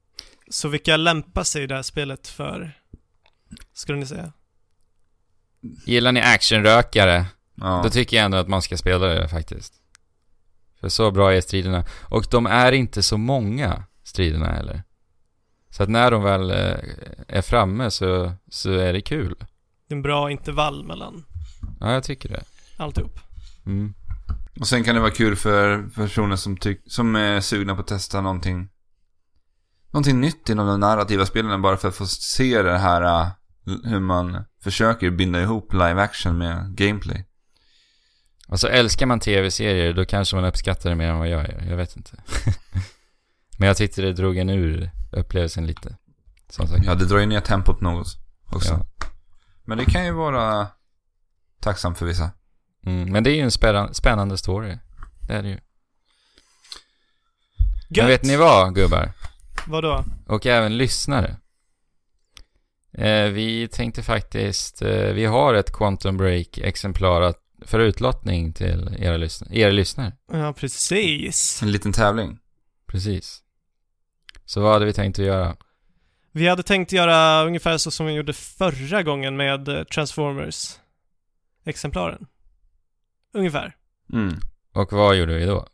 Så vilka lämpar sig det här spelet för? Skulle ni säga?
Gillar ni actionrökare?
Ja.
Då tycker jag ändå att man ska spela det faktiskt. För så bra är striderna. Och de är inte så många, striderna heller. Så att när de väl eh, är framme så, så är det kul.
Det är en bra intervall mellan
Ja, jag tycker det.
alltihop.
Mm.
Och sen kan det vara kul för personer som, tyck- som är sugna på att testa någonting. Någonting nytt inom de narrativa spelen bara för att få se det här äh, hur man försöker binda ihop live action med gameplay.
Alltså älskar man tv-serier då kanske man uppskattar det mer än vad jag gör. Jag vet inte. <laughs> Men jag tyckte det drog en ur upplevelsen lite. Som sagt.
Ja, det drar ju ner tempot något också.
Ja.
Men det kan ju vara tacksamt för vissa.
Mm, men det är ju en spärran- spännande story. Det är det ju. Men
Gött!
vet ni vad gubbar?
Vadå?
Och även lyssnare. Eh, vi tänkte faktiskt, eh, vi har ett Quantum Break-exemplar att- för utlottning till era, lyssn- era lyssnare.
Ja, precis.
En liten tävling.
Precis. Så vad hade vi tänkt att göra?
Vi hade tänkt göra ungefär så som vi gjorde förra gången med eh, Transformers-exemplaren. Ungefär.
Mm.
Och vad gjorde vi då?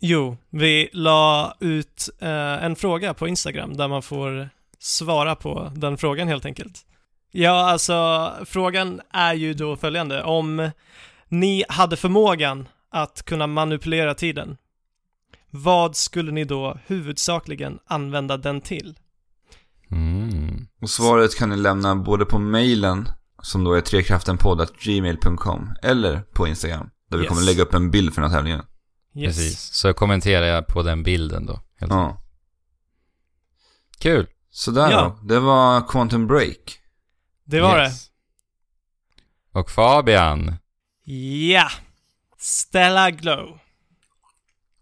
Jo, vi la ut eh, en fråga på Instagram där man får svara på den frågan helt enkelt. Ja, alltså frågan är ju då följande. Om ni hade förmågan att kunna manipulera tiden, vad skulle ni då huvudsakligen använda den till?
Mm.
Och svaret kan ni lämna både på mailen, som då är trekraftenpodd.gmail.com, eller på Instagram, där vi
Yes.
kommer lägga upp en bild för den här tävlingen.
Yes.
Precis, så kommenterar jag på den bilden då. Helt enkelt.
Ja.
Kul!
Sådär
Ja.
då. Det var Quantum Break.
Det var det.
det. Och Fabian,
Ja! Stella Glow.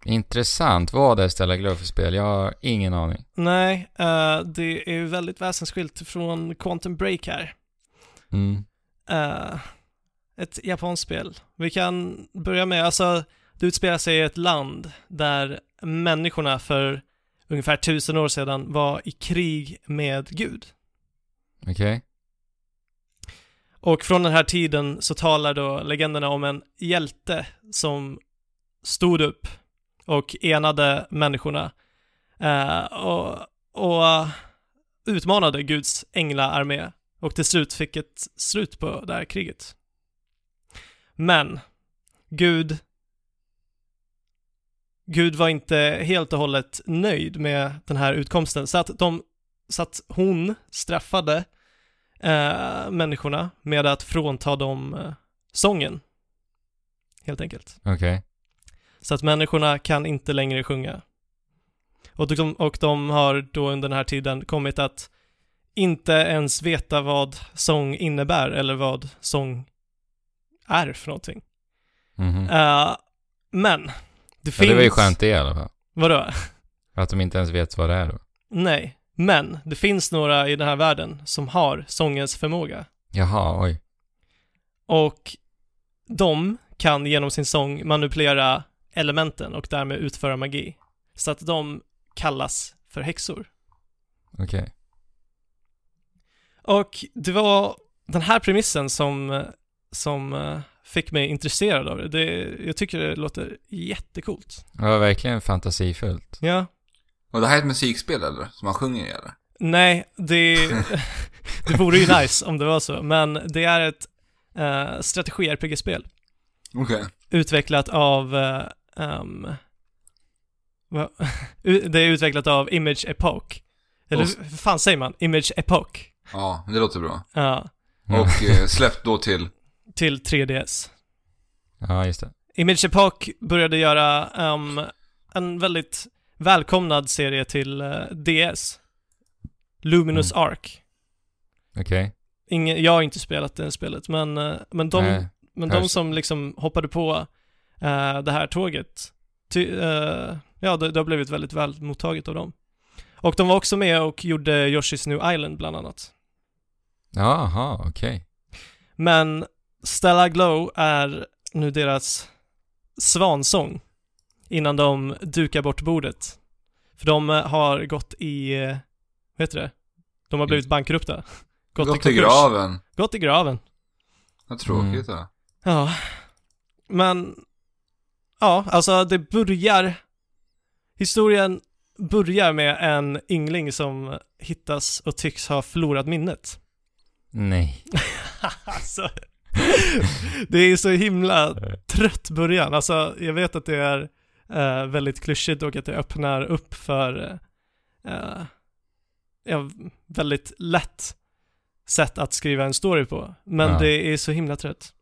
intressant.
vad är Stella Glow för spel? Jag har ingen aning.
Nej, eh, det är ju väldigt väsensskilt från Quantum Break här.
Mm.
Eh, ett japanskt spel. Vi kan börja med, alltså det utspelar sig i ett land där människorna för ungefär tusen år sedan var i krig med Gud.
Okej.
Och från den här tiden så talar då legenderna om en hjälte som stod upp och enade människorna eh, och, och utmanade Guds änglaarmé och till slut fick ett slut på det här kriget. Men Gud Gud var inte helt och hållet nöjd med den här utkomsten, så att, de, så att hon straffade eh, människorna med att frånta dem eh, sången, helt enkelt.
Okej.
Så att människorna kan inte längre sjunga. Och de, och de har då under den här tiden kommit att inte ens veta vad sång innebär eller vad sång är för någonting.
Mhm.
Eh, men,
Ja,
det finns...
det var ju skönt det i alla fall.
Vadå?
Att de inte ens vet vad det är då.
Nej, men det finns några i den här världen som har sångens förmåga.
Jaha, oj.
Och de kan genom sin sång manipulera elementen och därmed utföra magi. Så att de kallas för häxor.
Okej.
Och det var den här premissen som, som eh, fick mig intresserad av det. det. Jag tycker det låter jättecoolt.
Det var verkligen fantasifullt.
Ja.
Och det här är ett musikspel eller? Som man sjunger i eller?
Nej, det, <laughs> det vore ju nice om det var så, men det är ett eh, strategi-RPG-spel.
Okej.
utvecklat av eh, ehm, vad- <laughs> u- det är utvecklat av Image Epoch. Eller
Och-
hur fan säger man? Image Epoch.
Ja, det låter bra.
Ja,
Ja.
Och eh, släppt då till...
till 3DS.
Ja, just det.
Image Epoch började göra ehm, en väldigt välkomnad serie till eh, DS. Luminous Ark.
Okej.
Ingen, jag har inte spelat det spelet, men, eh, men de,
Nej.
Men de
Hörs.
som liksom hoppade på eh, det här tåget, ty, eh, ja det, det har blivit väldigt väl mottaget av dem. Och de var också med och gjorde Yoshi's New Island bland annat.
Jaha, okej.
Men Stella Glow är nu deras svansång innan de dukar bort bordet. För de eh, har gått i, eh, vad heter det? De har blivit bankrupta.
Gått,
Gått i
till
konkurs.
graven.
Gått i graven.
Vad tråkigt det.
Ja, men ja, alltså det börjar historien börjar med en yngling som hittas och tycks ha förlorat minnet. <laughs>
Nej.
Alltså, det är så himla trött början. Alltså, jag vet att det är eh, väldigt klyschigt och att det öppnar upp för eh, ja, väldigt lätt sätt att skriva en story på. Men
Ja.
det är så himla trött.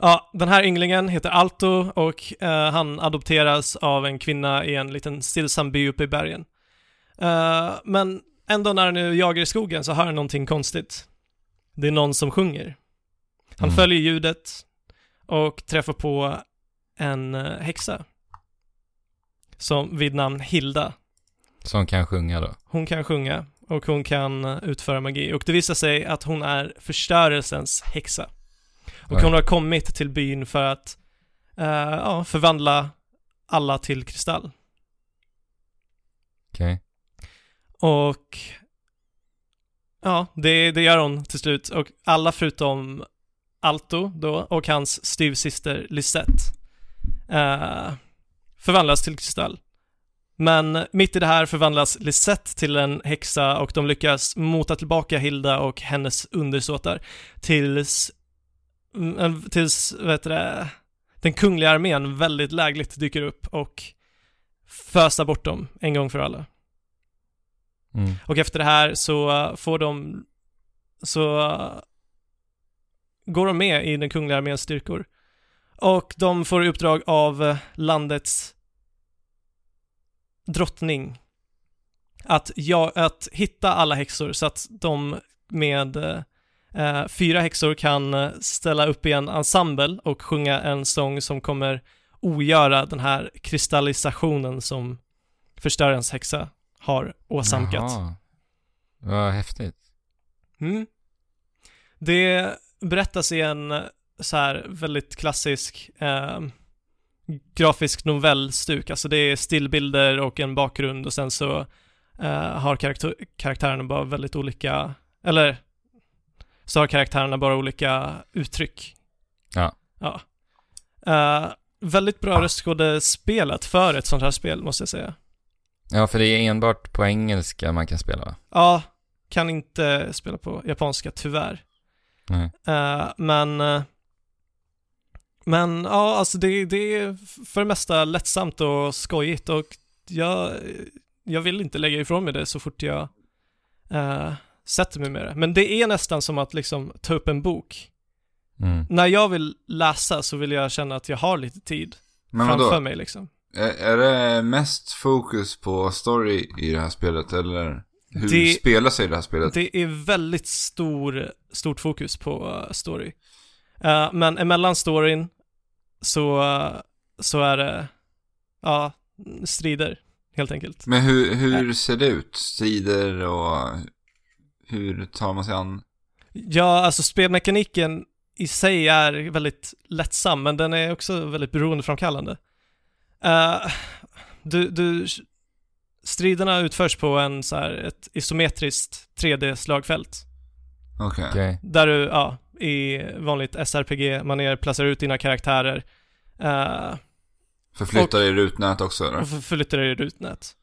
Ja, den här ynglingen heter Alto och eh, han adopteras av en kvinna i en liten stillsam by uppe i bergen. Eh, men ändå när han nu jagar i skogen så hör han någonting konstigt. Det är någon som sjunger. Han
Mm.
följer ljudet och träffar på en eh, häxa. Som vid namn Hilda.
Som kan sjunga då.
Hon kan sjunga och hon kan eh, utföra magi. Och det visar sig att hon är förstörelsens häxa. Och
Oj.
hon har kommit till byn för att eh, ja, förvandla alla till kristall.
Okej.
Och ja, det, det gör hon till slut. Och alla förutom Alto då och hans styvsyster Lisette eh, förvandlas till kristall. Men mitt i det här förvandlas Lisette till en häxa och de lyckas mota tillbaka Hilda och hennes undersåtar tills, mm, en- tills vad heter det, den kungliga armén väldigt lägligt dyker upp och fösar bort dem en gång för alla.
Mm.
Och efter det här så eh, får de, så eh, går de med i den kungliga arméns styrkor. Och de får i uppdrag av eh, landets drottning att, ja, att hitta alla häxor så att de med eh, eh, fyra häxor kan eh, ställa upp i en ensemble och sjunga en sång som kommer ogöra den här kristallisationen som förstörarens häxa har åsamkat.
Jaha. Vad häftigt.
Mm. Det berättas i en eh, så här väldigt klassisk eh, grafisk novellstuk. Alltså det är stillbilder och en bakgrund och sen så eh, har karaktär, karaktärerna bara väldigt olika, eller så har karaktärerna bara olika uttryck.
Ja.
Ja. Eh, väldigt bra röstskådespelat för ett sånt här spel, måste jag säga.
Ja, för det är enbart på engelska man kan spela va?
Ja, kan inte spela på japanska tyvärr.
Nej.
Eh, men eh, men ja, alltså det, det är för det mesta lättsamt och skojigt och jag, jag vill inte lägga ifrån mig det så fort jag eh, sätter mig med det. Men det är nästan som att liksom ta upp en bok.
Mm.
När jag vill läsa så vill jag känna att jag har lite tid
Men
framför
vadå?
mig liksom.
Är, är det mest fokus på story i det här spelet eller hur
Det-
spelar sig det här spelet?
Det är väldigt stor, stort fokus på eh, story. Eh, men emellan storyn så, eh, så är det, ja, strider helt enkelt.
Men hur, hur ser det ut? Strider och hur tar man sig an?
Ja, alltså spelmekaniken i sig är väldigt lättsam, men den är också väldigt beroendeframkallande. Eh, du, du, striderna utförs på en så här, ett isometriskt 3D-slagfält.
Okej.
Okej.
Där du, ja, i vanligt SRPG-manér placerar ut dina karaktärer eh,
Förflyttar dig i rutnät också eller?
och f- förflyttar dig i rutnät.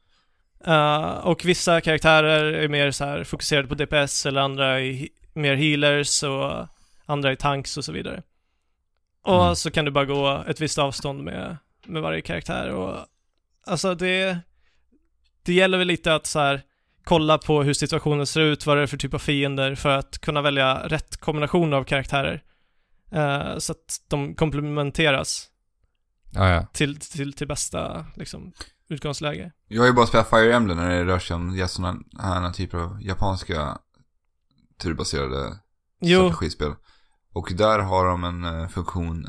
Eh, och vissa karaktärer är mer så här fokuserade på DPS eller andra är he- mer healers och andra är tanks och så vidare. Och
Mm.
så kan du bara gå ett visst avstånd med, med varje karaktär och alltså det, det gäller väl lite att så här kolla på hur situationen ser ut, vad det är för typ av fiender för att kunna välja rätt kombination av karaktärer. Eh, så att de komplementeras
Ja, ja.
till, till, till bästa liksom, utgångsläge.
Jag har ju bara spelat Fire Emblem när det rör sig om sådana här typer av japanska turbaserade
Jo,
strategispel. Och där har de en eh, funktion,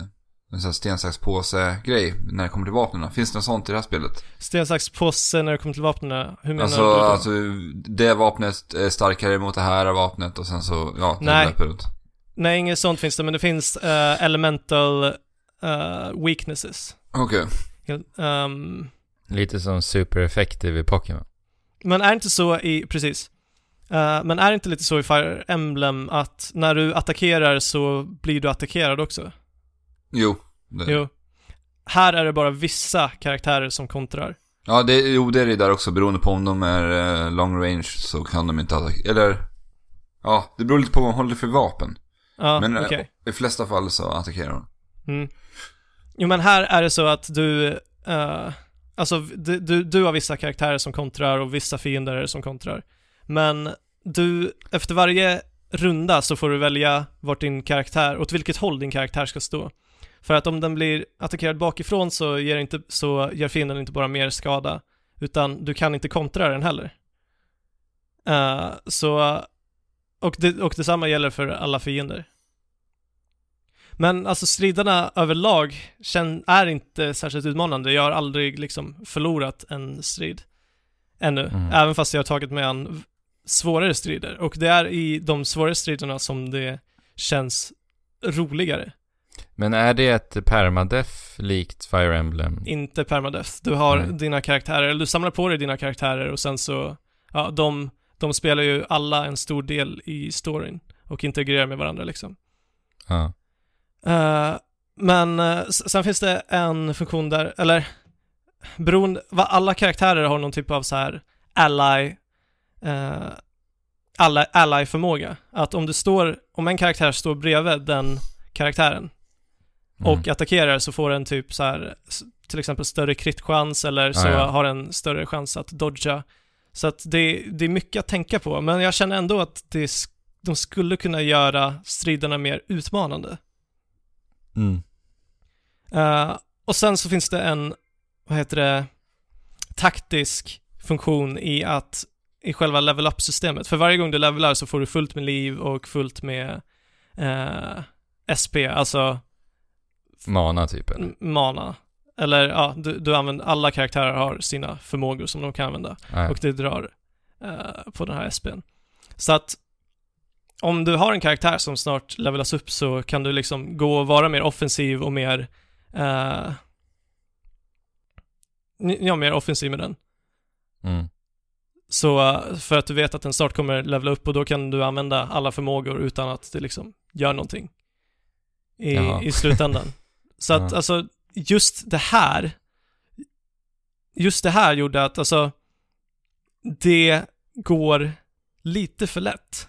en sån här sten, sax, påse grej när det kommer till vapnen. Finns det något sånt i det här spelet?
sten, sax, påse när det kommer till vapnen. eh, Hur menar
alltså,
du? då?
alltså, det vapnet är starkare mot det här vapnet och sen så, ja, det
Nej.
löper ut.
Nej, inget sånt finns det, men det finns eh, elemental eh, weaknesses.
Okej.
Helt- ehm,
Lite som supereffektiv i Pokémon.
men är inte så i, precis. Eh, men är inte lite så i Fire Emblem att när du attackerar så blir du attackerad
Eh.
också?
Jo. Det.
Jo. Här är det bara vissa karaktärer som kontrar.
Ja, det, jo, det är det där också. Beroende på om de är eh, long range så kan de inte attackera. Eller, ja, det beror lite på vad man håller för vapen.
Ja,
Men eh,
okej.
i flesta fall så attackerar de.
Mm. Jo men här är det så att du, eh, alltså v- du, du, du har vissa karaktärer som kontrar och vissa fiender som kontrar. Men du, efter varje runda så får du välja vart din karaktär, åt vilket håll din karaktär ska stå. För att om den blir attackerad bakifrån så ger, inte, så gör fienden inte bara mer skada, utan du kan inte kontra den heller. Eh, så, och, det, och detsamma gäller för alla fiender. Men alltså striderna överlag känn, är inte särskilt utmanande. Jag har aldrig liksom förlorat en strid ännu.
Mm.
Även fast jag har tagit mig an v- svårare strider. Och det är i de svårare striderna som det känns roligare.
Men är det ett permadef likt Fire Emblem?
Inte permadeath. Du har
Nej.
dina karaktärer, eller du samlar på dig dina karaktärer och sen så, ja, de, de spelar ju alla en stor del i storyn och integrerar med varandra liksom.
Ja.
Eh, men eh, s- sen finns det en funktion där, eller beroende, va, alla karaktärer har någon typ av så här ally, eh, alla, ally-förmåga. Att om du står, om en karaktär står bredvid den karaktären
Mm.
och attackerar så får den typ så här, s- till exempel större kritchans eller så
Ah, ja.
har den större chans att dodga. Så att det, det är mycket att tänka på, men jag känner ändå att det, sk- de skulle kunna göra striderna mer utmanande.
Mm.
Eh, och sen så finns det en, vad heter det, taktisk funktion i att, i själva level up-systemet. För varje gång du levelar så får du fullt med liv och fullt med eh, SP, alltså
Mana typ eller?
m- mana. Eller ja, du, du använder, alla karaktärer har sina förmågor som de kan använda
Ja, ja.
och det drar eh, på den här SPn. Så att om du har en karaktär som snart levelas upp så kan du liksom gå och vara mer offensiv och mer eh, ja, mer offensiv med den.
Mm.
Så eh, för att du vet att den snart kommer levela upp och då kan du använda alla förmågor utan att det liksom gör någonting i,
Jaha.
i slutändan. Så att
Ja.
alltså just det här, just det här gjorde att alltså, det går lite för lätt.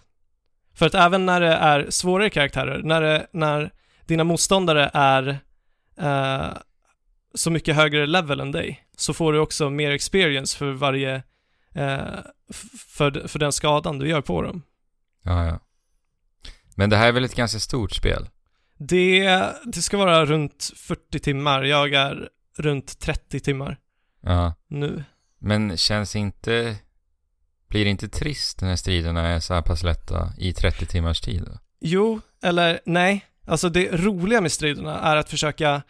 För att även när det är svårare karaktärer, när, det, när dina motståndare är eh, så mycket högre level än dig, så får du också mer experience för varje, eh, f- för, för den skadan du gör på dem.
Ja, ja. Men det här är väl ett ganska stort spel?
Det, det ska vara runt 40 timmar, jag är runt 30 timmar
Ja.
nu.
Men känns inte... Blir det inte trist när striderna är så här pass lätta i 30 timmars tid? Då?
Jo, eller nej. Alltså det roliga med striderna är att försöka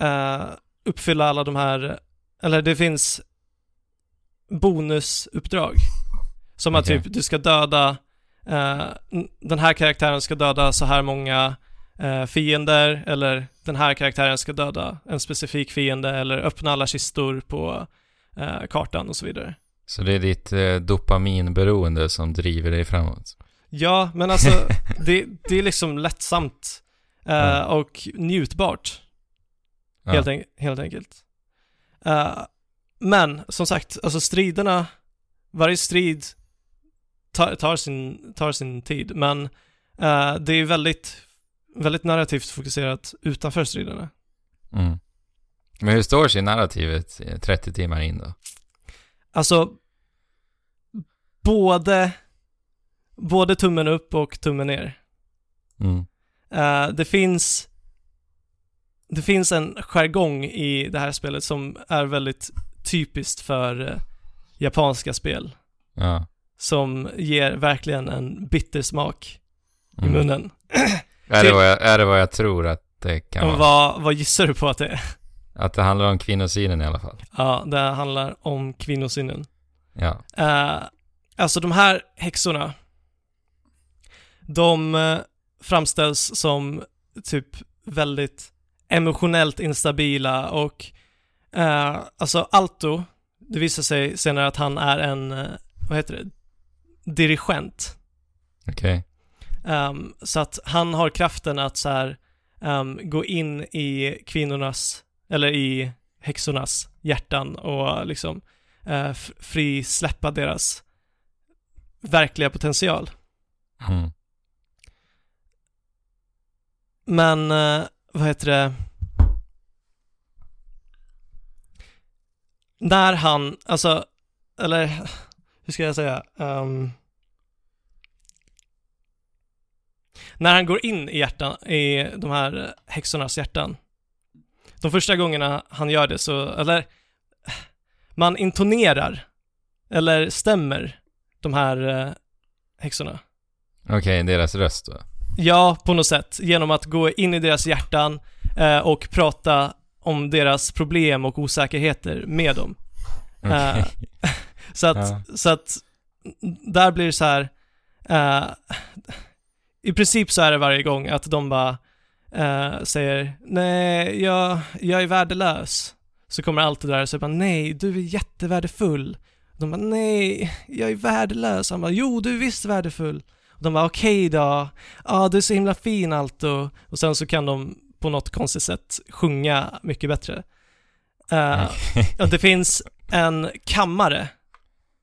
eh, uppfylla alla de här, eller det finns bonusuppdrag. Som att
Okej.
typ du ska döda, eh, n- den här karaktären ska döda så här många eh, fiender, eller den här karaktären ska döda en specifik fiende, eller öppna alla kistor på eh, kartan och så vidare.
Så det är ditt eh, dopaminberoende som driver dig framåt?
Ja, men alltså
<laughs>
det, det är liksom lättsamt eh,
Ja.
och njutbart.
Ja.
Helt, en, helt enkelt. Eh, men som sagt, alltså striderna, varje strid tar, tar, sin, tar sin tid, men eh, det är väldigt, väldigt narrativt fokuserat utanför striderna.
Mm. Men hur står sig narrativet eh, 30 timmar in då?
Alltså, både, både tummen upp och tummen ner.
Mm.
Eh, det finns det finns en jargong i det här spelet som är väldigt typiskt för eh, japanska spel.
Ja.
Som ger verkligen en bittersmak
Mm.
i munnen.
Är, det vad jag, är det vad jag tror att det kan
Och
vara?
vad, vad gissar du på att det är?
Att det handlar om kvinnosynen i alla fall?
Ja, det handlar om kvinnosynen.
Ja.
Eh, alltså de här häxorna, de eh, framställs som typ väldigt emotionellt instabila och eh, alltså Alto, det visar sig senare att han är en, eh, vad heter det, dirigent.
Okej.
Ehm, så att han har kraften att så här, ehm, gå in i kvinnornas, eller i häxornas hjärtan och liksom eh, f- frisläppa deras verkliga potential.
Mm.
Men, eh, vad heter det? När han, alltså, eller hur ska jag säga? Ehm, när han går in i hjärtan, i de här häxornas hjärtan. De första gångerna han gör det så, eller man intonerar, eller stämmer de här eh, häxorna.
Okej, deras röst
Äh,
då?
Ja, på något sätt. Genom att gå in i deras hjärtan eh, och prata om deras problem och osäkerheter med dem.
Okej.
Eh, så, att, så att där blir det så här, eh, i princip så är det varje gång att de bara eh, säger nej, jag, jag är värdelös. Så kommer allt det där och så bara nej, du är jättevärdefull. De bara nej, jag är värdelös. Han bara jo, du är visst värdefull. Och de bara okej då, ja du är så himla fin allt och, och sen så kan de på något konstigt sätt sjunga mycket bättre. Eh,
Okej.
Ja, det finns en kammare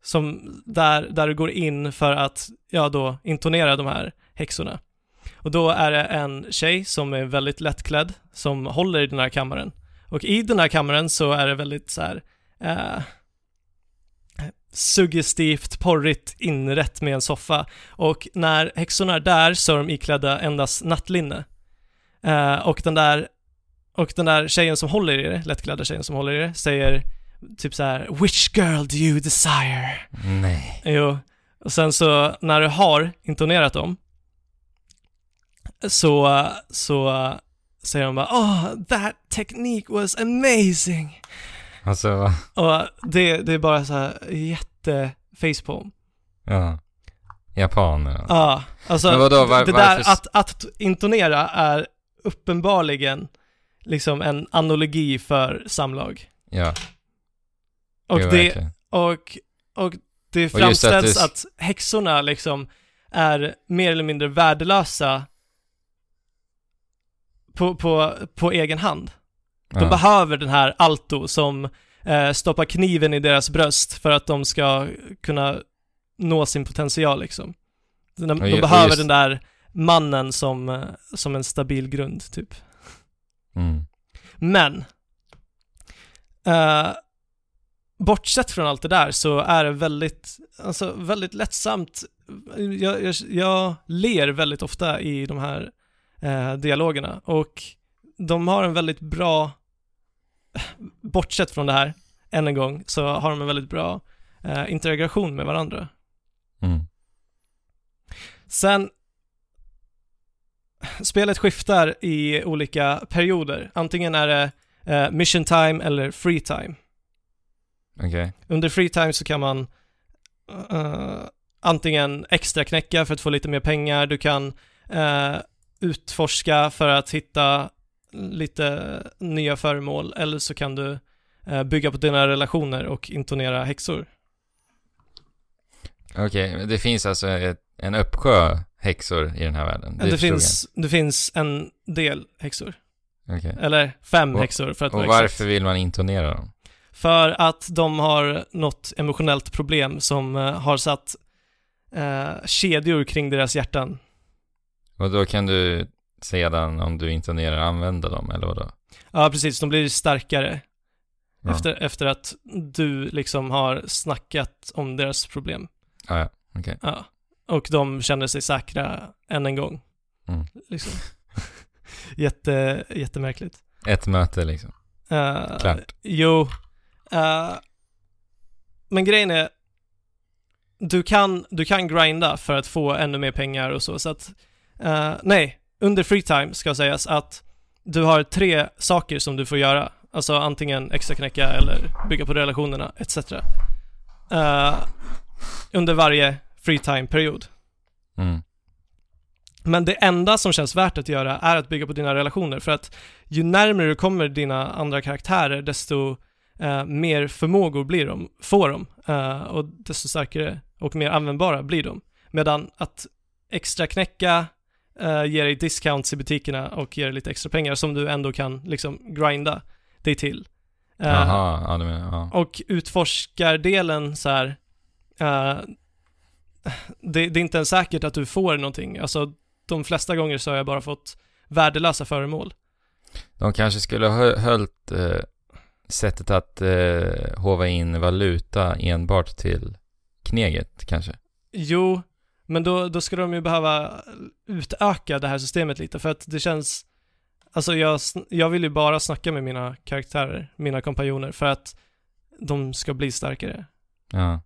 som där, där du går in för att ja, då intonera de här häxorna. Och då är det en tjej som är väldigt lättklädd som håller i den här kammaren. Och i den här kammaren så är det väldigt så här eh, suggestivt, porrigt inrätt med en soffa. Och när häxorna är där så är de iklädda endast nattlinne. Eh, och den där och den där tjejen som håller i det, lättklädda tjejen som håller i det, säger typ så här: Which girl do you desire?
<laughs> Nej.
Jo. Och sen så när du har intonerat dem så, så säger de bara Oh, that technique was amazing.
Alltså, va?
Och det, det är bara så här jätte facepalm.
ja. Japaner.
Ja,
alltså.
alltså
Men vadå, var-
det
varför-
där att, att intonera är uppenbarligen liksom en analogi för samlag.
Ja,
Och
jo,
det,
verkligen.
Och, och det
Och just att
framställs
det-
att, häxorna liksom är mer eller mindre värdelösa på, på, på egen hand. De behöver den här Alto som eh, stoppar kniven i deras bröst för att de ska kunna nå sin potential liksom. De, de
Och ju- och
behöver
just-
den där mannen som, eh, som en stabil grund typ.
Mm.
Men eh, bortsett från allt det där så är det väldigt, alltså väldigt lättsamt. Jag, jag, jag ler väldigt ofta i de här eh, dialogerna och de har en väldigt bra, bortsett från det här, än en gång, så har de en väldigt bra eh, integration med varandra.
Mm.
Sen Spelet skiftar i olika perioder. Antingen är det eh, mission time eller free time.
Okej.
Under free time så kan man eh, antingen extra knäcka för att få lite mer pengar, du kan eh, utforska för att hitta lite nya föremål eller så kan du eh, bygga på dina relationer och intonera häxor.
Okej, men det finns alltså ett, en uppsjö häxor i den här världen.
Det,
förstod jag
finns, det finns en del häxor,
inte. Okej.
eller fem
Och-
häxor för att
Och
vara exakt.
varför vill man intonera dem?
För att de har något emotionellt problem som eh, har satt eh, kedjor kring deras hjärtan.
Och då kan du sedan, om du intonerar, använda dem, eller vadå?
Ja, precis. De blir starkare
Ja.
efter, efter att du liksom har snackat om deras problem.
Ah, ja, okej.
Ja. Och de känner sig säkra än en gång.
Mm.
Liksom. <laughs> Jätte, jättemärkligt.
Ett möte liksom.
Eh,
Klart.
Jo. Eh, men grejen är, du kan, du kan grinda för att få ännu mer pengar och så, så att, eh, nej, under free time ska sägas att du har tre saker som du får göra. Alltså antingen extra knäcka eller bygga på relationerna, etc. Eh, under varje free time-period.
Mm.
Men det enda som känns värt att göra är att bygga på dina relationer för att ju närmare du kommer dina andra karaktärer desto eh, mer förmågor blir de, får de eh, och desto starkare och mer användbara blir de. Medan att extra knäcka eh, ger dig discounts i butikerna och ger dig lite extra pengar som du ändå kan liksom grinda dig till. Eh,
Jaha, ja du menar, ja.
och utforskardelen så här, eh, det, det är inte ens säkert att du får någonting. Alltså de flesta gånger så har jag bara fått värdelösa föremål.
De kanske skulle ha hö- höljt eh, sättet att eh, hova in valuta enbart till kneget kanske.
Jo, men då, då skulle de ju behöva utöka det här systemet lite för att det känns, alltså jag, sn- jag vill ju bara snacka med mina karaktärer, mina kompanjoner för att de ska bli starkare.
Ja.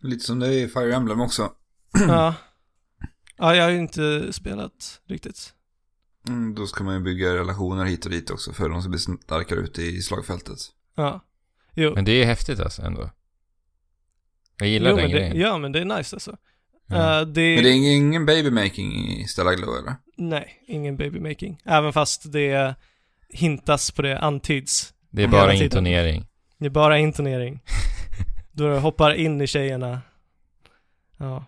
Lite som det är i Fire Emblem också. Mm.
ja. ja, jag har ju inte spelat riktigt.
<clears throat> Mm, då ska man ju bygga relationer hit och dit också för de som blir starkare ute i slagfältet.
Ja. Jo.
Men det är ju häftigt alltså ändå. Jag gillar
jo,
den
men det,
grejen.
Ja, men det är nice alltså.
Ja.
Eh, det,
Men det är ingen- ingen babymaking i Stella Glow eller?
Nej, ingen babymaking. Även fast det hintas på det, antyds.
det är
hela
bara
tiden.
intonering.
Det är bara intonering. Då du hoppar in i tjejerna. Ja.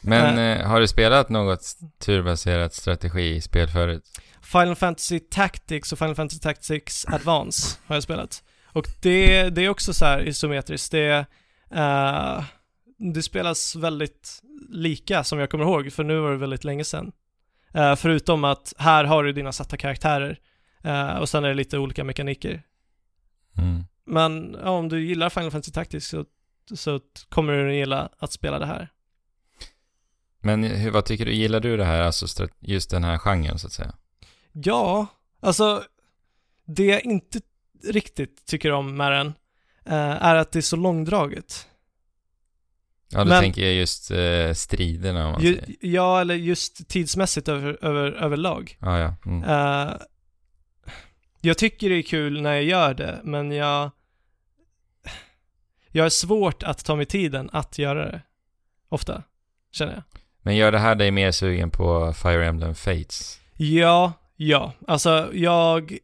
Men eh, har du spelat något turbaserat strategispel förut?
Final Fantasy Tactics och Final Fantasy Tactics Advance har jag spelat. Och det, det är också så här isometriskt. Det, eh, det spelas väldigt lika som jag kommer ihåg, för nu var det väldigt länge sedan. Eh, förutom att här har du dina satta karaktärer eh, och sen är det lite olika mekaniker.
Mm.
Men ja, om du gillar Final Fantasy Tactics så, så kommer du gilla att spela det här.
Men hur, vad tycker du, gillar du det här, alltså stra- just den här genren så att säga?
Ja, alltså det jag inte riktigt tycker om med den eh, är att det är så långdraget.
Ja, då
Men-
tänker jag just eh, striderna om man
Ju,
säger.
ja, eller just tidsmässigt över, över, överlag.
Ja, ja. Mm.
Eh, jag tycker det är kul när jag gör det, men jag... Jag har svårt att ta mig tiden att göra det. Ofta, känner jag.
Men gör det här dig mer sugen på Fire Emblem Fates?
Ja, ja. Alltså jag,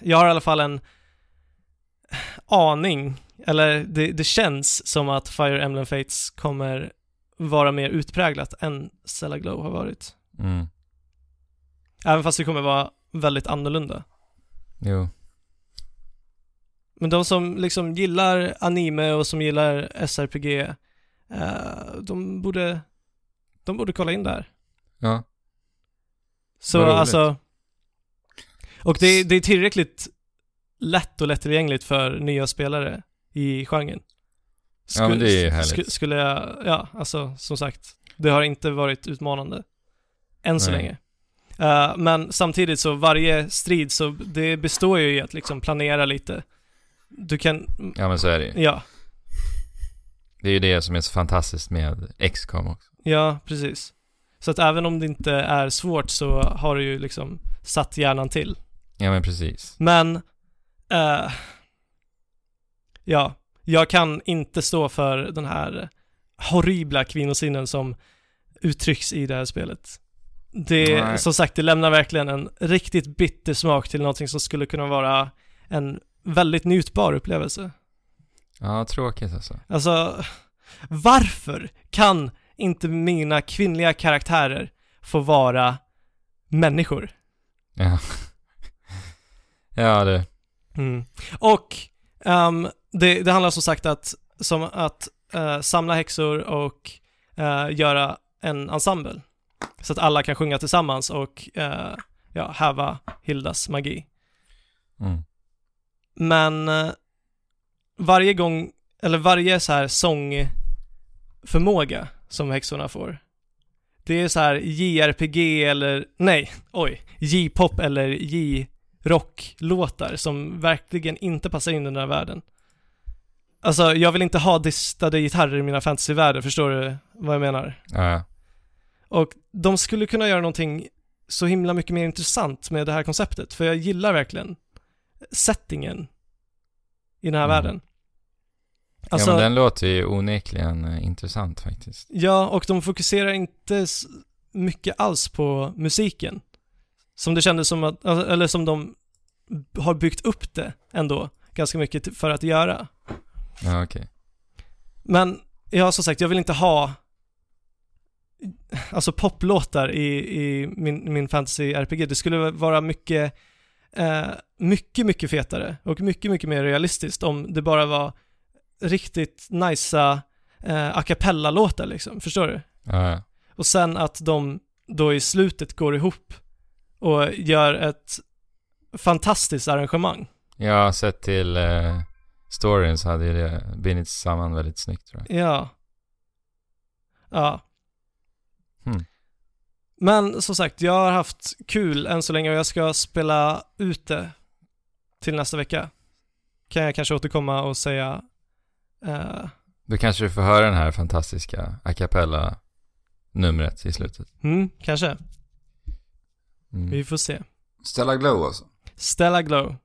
jag har i alla fall en aning, eller det, det känns som att Fire Emblem Fates kommer vara mer utpräglat än Stella Glow har varit.
Mm.
Även fast det kommer vara väldigt annorlunda.
Jo.
Men de som liksom gillar anime och som gillar SRPG, eh, de borde, de borde kolla in där.
Ja.
Så
Vad roligt.
alltså, och det, det är tillräckligt lätt och lättillgängligt för nya spelare i genren.
Ja, men det är ju härligt.
sku- skulle jag, ja, alltså som sagt, det har inte varit utmanande. Än så
Nej.
länge. Eh, men samtidigt så varje strid så det består ju i att liksom planera lite. Du kan, mm,
Ja men så är det ju.
ja,
Det är ju det som är så fantastiskt med X-com också.
ja precis. Så att även om det inte är svårt så har du ju liksom satt hjärnan till.
Ja men precis.
Men, eh, ja, jag kan inte stå för den här horribla kvinnosynen som uttrycks i det här spelet. Det,
Nej.
som sagt, det lämnar verkligen en riktigt bitter smak till någonting som skulle kunna vara en väldigt njutbar upplevelse.
Ja, tråkigt alltså.
Alltså, varför kan inte mina kvinnliga karaktärer få vara människor?
Ja. <laughs> ja det.
Mm. Och ehm, det, det handlar som sagt att, som att eh, samla häxor och eh, göra en ensemble. Så att alla kan sjunga tillsammans och eh, ja, häva Hildas magi.
Mm.
Men eh, varje gång, eller varje så här sångförmåga som häxorna får, det är så här JRPG eller, nej, oj, J-pop eller J-rock-låtar som verkligen inte passar in i den här världen. Alltså, jag vill inte ha distade gitarrer i mina fantasyvärldar, förstår du vad jag menar?
Ja, ja.
Och de skulle kunna göra någonting så himla mycket mer intressant med det här konceptet, för jag gillar verkligen settingen i den här
Mm.
världen. Alltså,
ja
ja,
men den låter ju onekligen eh, intressant faktiskt.
och de fokuserar inte s- mycket alls på musiken. Som det kändes som att, alltså, eller som de har byggt upp det ändå ganska mycket t- för att göra.
Ja okej.
Men ja, som sagt, jag vill inte ha alltså poplåtar i, i min, min fantasy-RPG. Det skulle vara mycket, eh, mycket, mycket fetare och mycket, mycket mer realistiskt om det bara var riktigt najsa eh, a cappella-låtar liksom, förstår du?
Ja, ja.
Och sen att de då i slutet går ihop och gör ett fantastiskt arrangemang.
ja, sett till eh, storyn så hade ju det bindits samman väldigt snyggt tror jag.
Ja. Ja.
Hmm.
Men som sagt, jag har haft kul än så länge och jag ska spela ut det till nästa vecka. Kan jag kanske återkomma och säga eh,
Då kanske du får höra den här fantastiska a cappella numret i slutet.
mm, kanske.
Mm.
Vi får se.
Stella Glow alltså.
Stella Glow,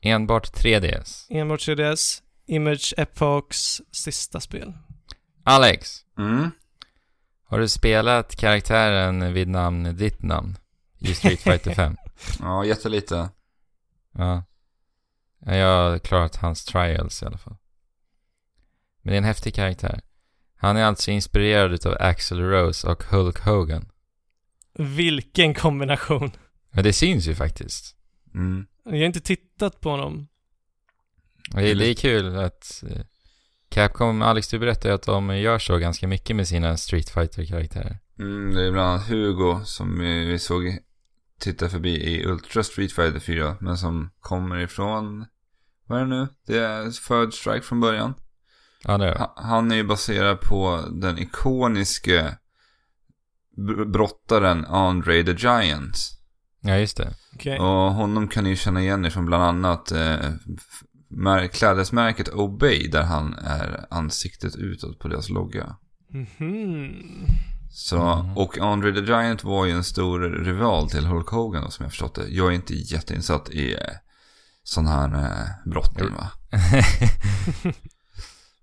Enbart 3DS.
enbart 3DS, Image Epochs sista spel.
Alex,
Mm.
har du spelat karaktären vid namn ditt namn i Street Fighter 5?
Ja, jättelite.
Ja. Ja, Jag har klarat hans trials i alla fall. Men det är en häftig karaktär. Han är alltså inspirerad utav Axel Rose och Hulk Hogan.
Vilken kombination.
Men det syns ju faktiskt.
Mm.
Jag har inte tittat på honom.
Och det, det är kul att eh, Capcom, Alex du berättade ju att de gör så ganska mycket med sina Street fighter karaktärer
Mm, det är bland annat Hugo som vi vi såg titta förbi i Ultra Street Fighter 4. Men som kommer ifrån, vad är det nu? Det är Third Strike från början.
Ja, det gör de.
Ha- Han är ju baserad på den ikoniske br- brottaren Andre the Giant.
Ja, just det.
Okej.
Och honom kan ni ju känna igen ifrån bland annat eh, f- mär- klädesmärket Obey där han är ansiktet utåt på deras logga.
Mhm.
Så,
Mhm.
och Andre the Giant var ju en stor rival till Hulk Hogan då, som jag förstått det. Jag är inte jätteinsatt i eh, sån här eh, brottning
<laughs>
va.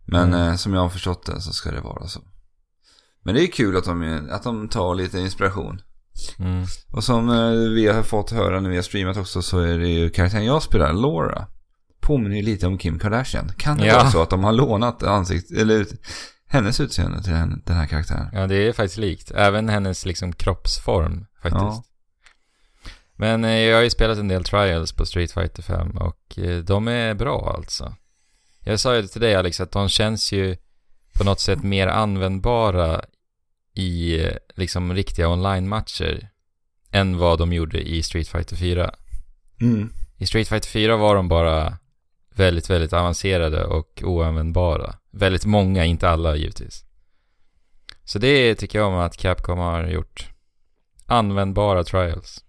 Men
Mm.
eh, som jag har förstått det så ska det vara så. Men det är kul att de, är- att de tar lite inspiration.
mm.
Och som eh, vi har fått höra när vi har streamat också så är det ju karaktären jag spelar, Laura. Påminner ju lite om Kim Kardashian. Kan det
Ja.
vara så att de har lånat ansikt, eller ut- hennes utseende till den, den här karaktären?
ja, det är faktiskt likt. Även hennes liksom kroppsform faktiskt.
Ja.
Men eh, jag har ju spelat en del trials på Street Fighter 5 och eh, de är bra alltså. Jag sa ju till dig Alex att de känns ju på något sätt mer användbara i eh, liksom riktiga online-matcher än vad de gjorde i Street Fighter 4.
Mm.
I Street Fighter 4 var de bara väldigt, väldigt avancerade och oanvändbara. Väldigt många, inte alla givetvis. Så det tycker jag om att Capcom har gjort. Användbara trials.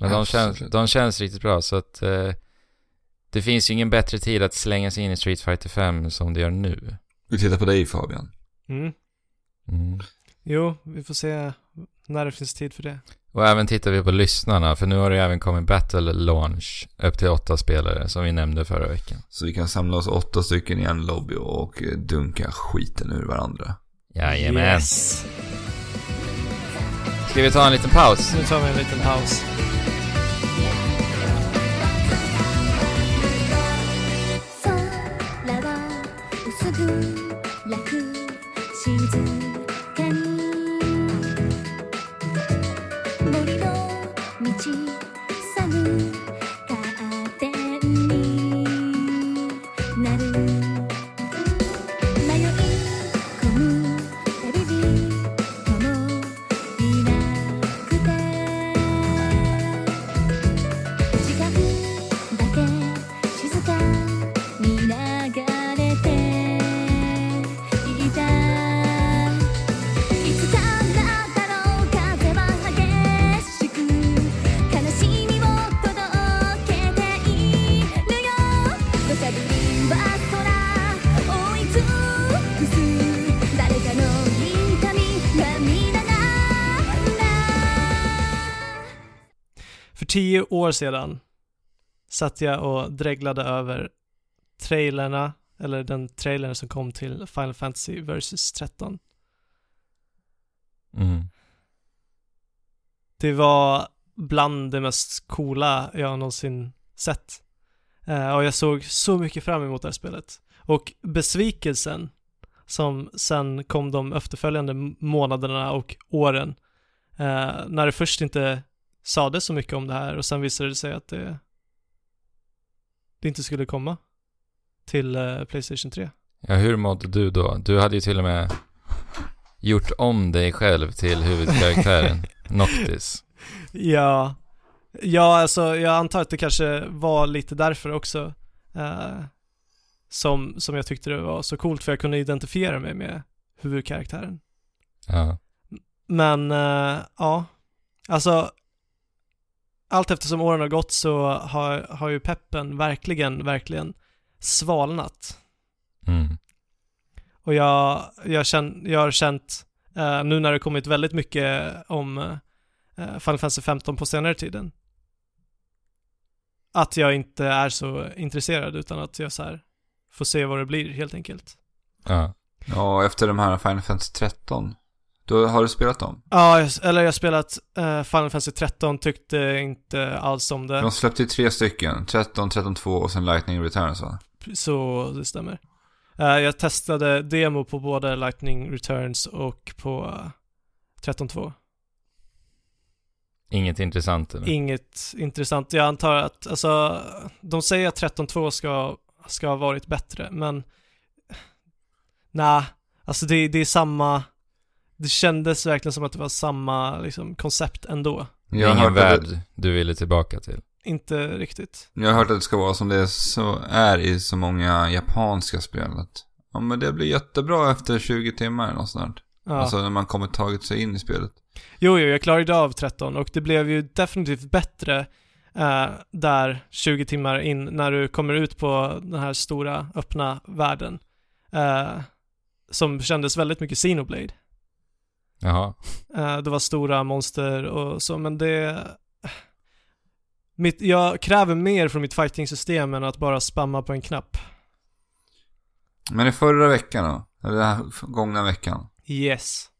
Men de känns,
Absolut.
de känns riktigt bra så att eh, det finns ju ingen bättre tid att slänga sig in i Street Fighter 5 som det gör nu.
Vi tittar på dig Fabian.
Mm.
Mm.
Jo, vi får se när det finns tid för det.
Och även tittar vi på lyssnarna för nu har det ju även kommit Battle Launch upp till åtta spelare som vi nämnde förra veckan.
Så vi kan samla oss åtta stycken i en lobby och eh, dunka skiten ur varandra.
Jajamän.
Yes.
Ska vi ta en liten paus?
Nu tar vi en liten paus.
「空は薄暗く静かに」「森の道さぬカーテンになる」「迷い込むたびにともいなくて」「時間だけ静かに流れていた」「いつからだろう風は激しく」「悲しみを届けているよ」「土砂降りは空追い尽くす」「誰かの痛み涙なんだ」
För tio år sedan satt jag och dreglade över trailerna, eller den trailern som kom till Final Fantasy Versus 13.
Mm.
Det var bland det mest coola jag någonsin sett. Eh, och jag såg så mycket fram emot det här spelet. Och besvikelsen som sen kom de efterföljande månaderna och åren. eh, när det först inte sades så mycket om det här och sen visade det sig att det, det inte skulle komma till eh, Playstation 3.
Ja, hur mådde du då? Du hade ju till och med gjort om dig själv till <laughs> huvudkaraktären, Noctis.
Ja, ja alltså jag antar att det kanske var lite därför också eh, som, som jag tyckte det var så coolt för jag kunde identifiera mig med huvudkaraktären.
Ja.
Men eh, ja, alltså allt eftersom åren har gått så har, har ju peppen verkligen, verkligen svalnat.
Mm.
Och jag, jag, känn, jag har känt, eh, nu när det kommit väldigt mycket om eh, Final Fantasy 15 på senare tiden, att jag inte är så intresserad utan att jag så här får se vad det blir helt enkelt.
Ja.
Ja, efter de här Final Fantasy 13. Då har du spelat dem?
Ja, jag s- eller jag har spelat eh, Final Fantasy 13, tyckte inte alls om det,
De släppte ju tre stycken. 13, 13 2 och sen Lightning Returns va?
så det stämmer. Eh, jag testade demo på både Lightning Returns och på eh, 13.2.
Inget intressant eller?
Inget intressant. Jag antar att, alltså, de säger att 13.2 ska, ska ha varit bättre, men nej, alltså det, det är samma, det kändes verkligen som att det var samma liksom, koncept ändå.
Det är
har
ingen
hört att
värld
det-
du ville tillbaka till.
Inte riktigt.
Jag har hört att det ska vara som det är, så är i så många japanska spel. Att, ja men det blir jättebra efter 20 timmar eller något sånt.
Ja.
Alltså när man kommer tagit sig in i spelet.
Jo, jo, jag klarade av 13 och det blev ju definitivt bättre eh, där 20 timmar in när du kommer ut på den här stora öppna världen. Eh, som kändes väldigt mycket Xenoblade.
Jaha.
Eh, Det var stora monster och så, men det... Mitt, jag kräver mer från mitt fighting-system än att bara spamma på en knapp.
Men i förra veckan då? Eller den här gångna veckan?
Yes.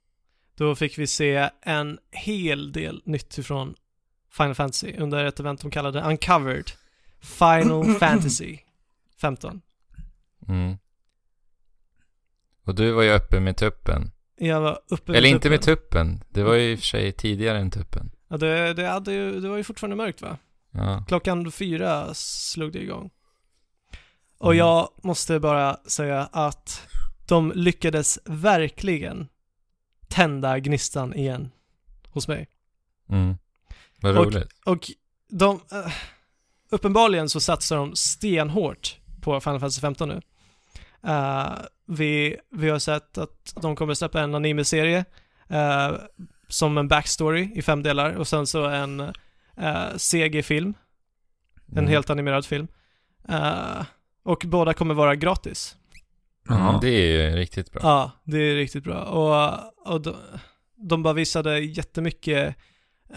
Då fick vi se en hel del nytt ifrån Final Fantasy under ett event de kallade Uncovered Final Fantasy 15.
Mm. Och du var ju öppen med tuppen.
Jag var uppe vid
Eller inte med
tuppen.
tuppen. Det var ju i och för sig tidigare än tuppen.
Ja, det, det, hade ju, det var ju fortfarande mörkt va?
Ja.
Klockan fyra slog det igång. Och
Mm.
jag måste bara säga att de lyckades verkligen tända gnistan igen hos mig.
Mm. Vad
Och-
roligt.
Och de, eh, uppenbarligen så satsar de stenhårt på Final Fantasy 15 nu. Eh, vi, vi har sett att de kommer släppa en anime-serie eh, som en backstory i fem delar och sen så en eh, CG-film, en
Mm.
helt animerad film. Eh, och båda kommer vara gratis.
Mm,
Ja.
det är ju riktigt bra.
Ja, det är riktigt bra. Och, och de, de bara visade jättemycket,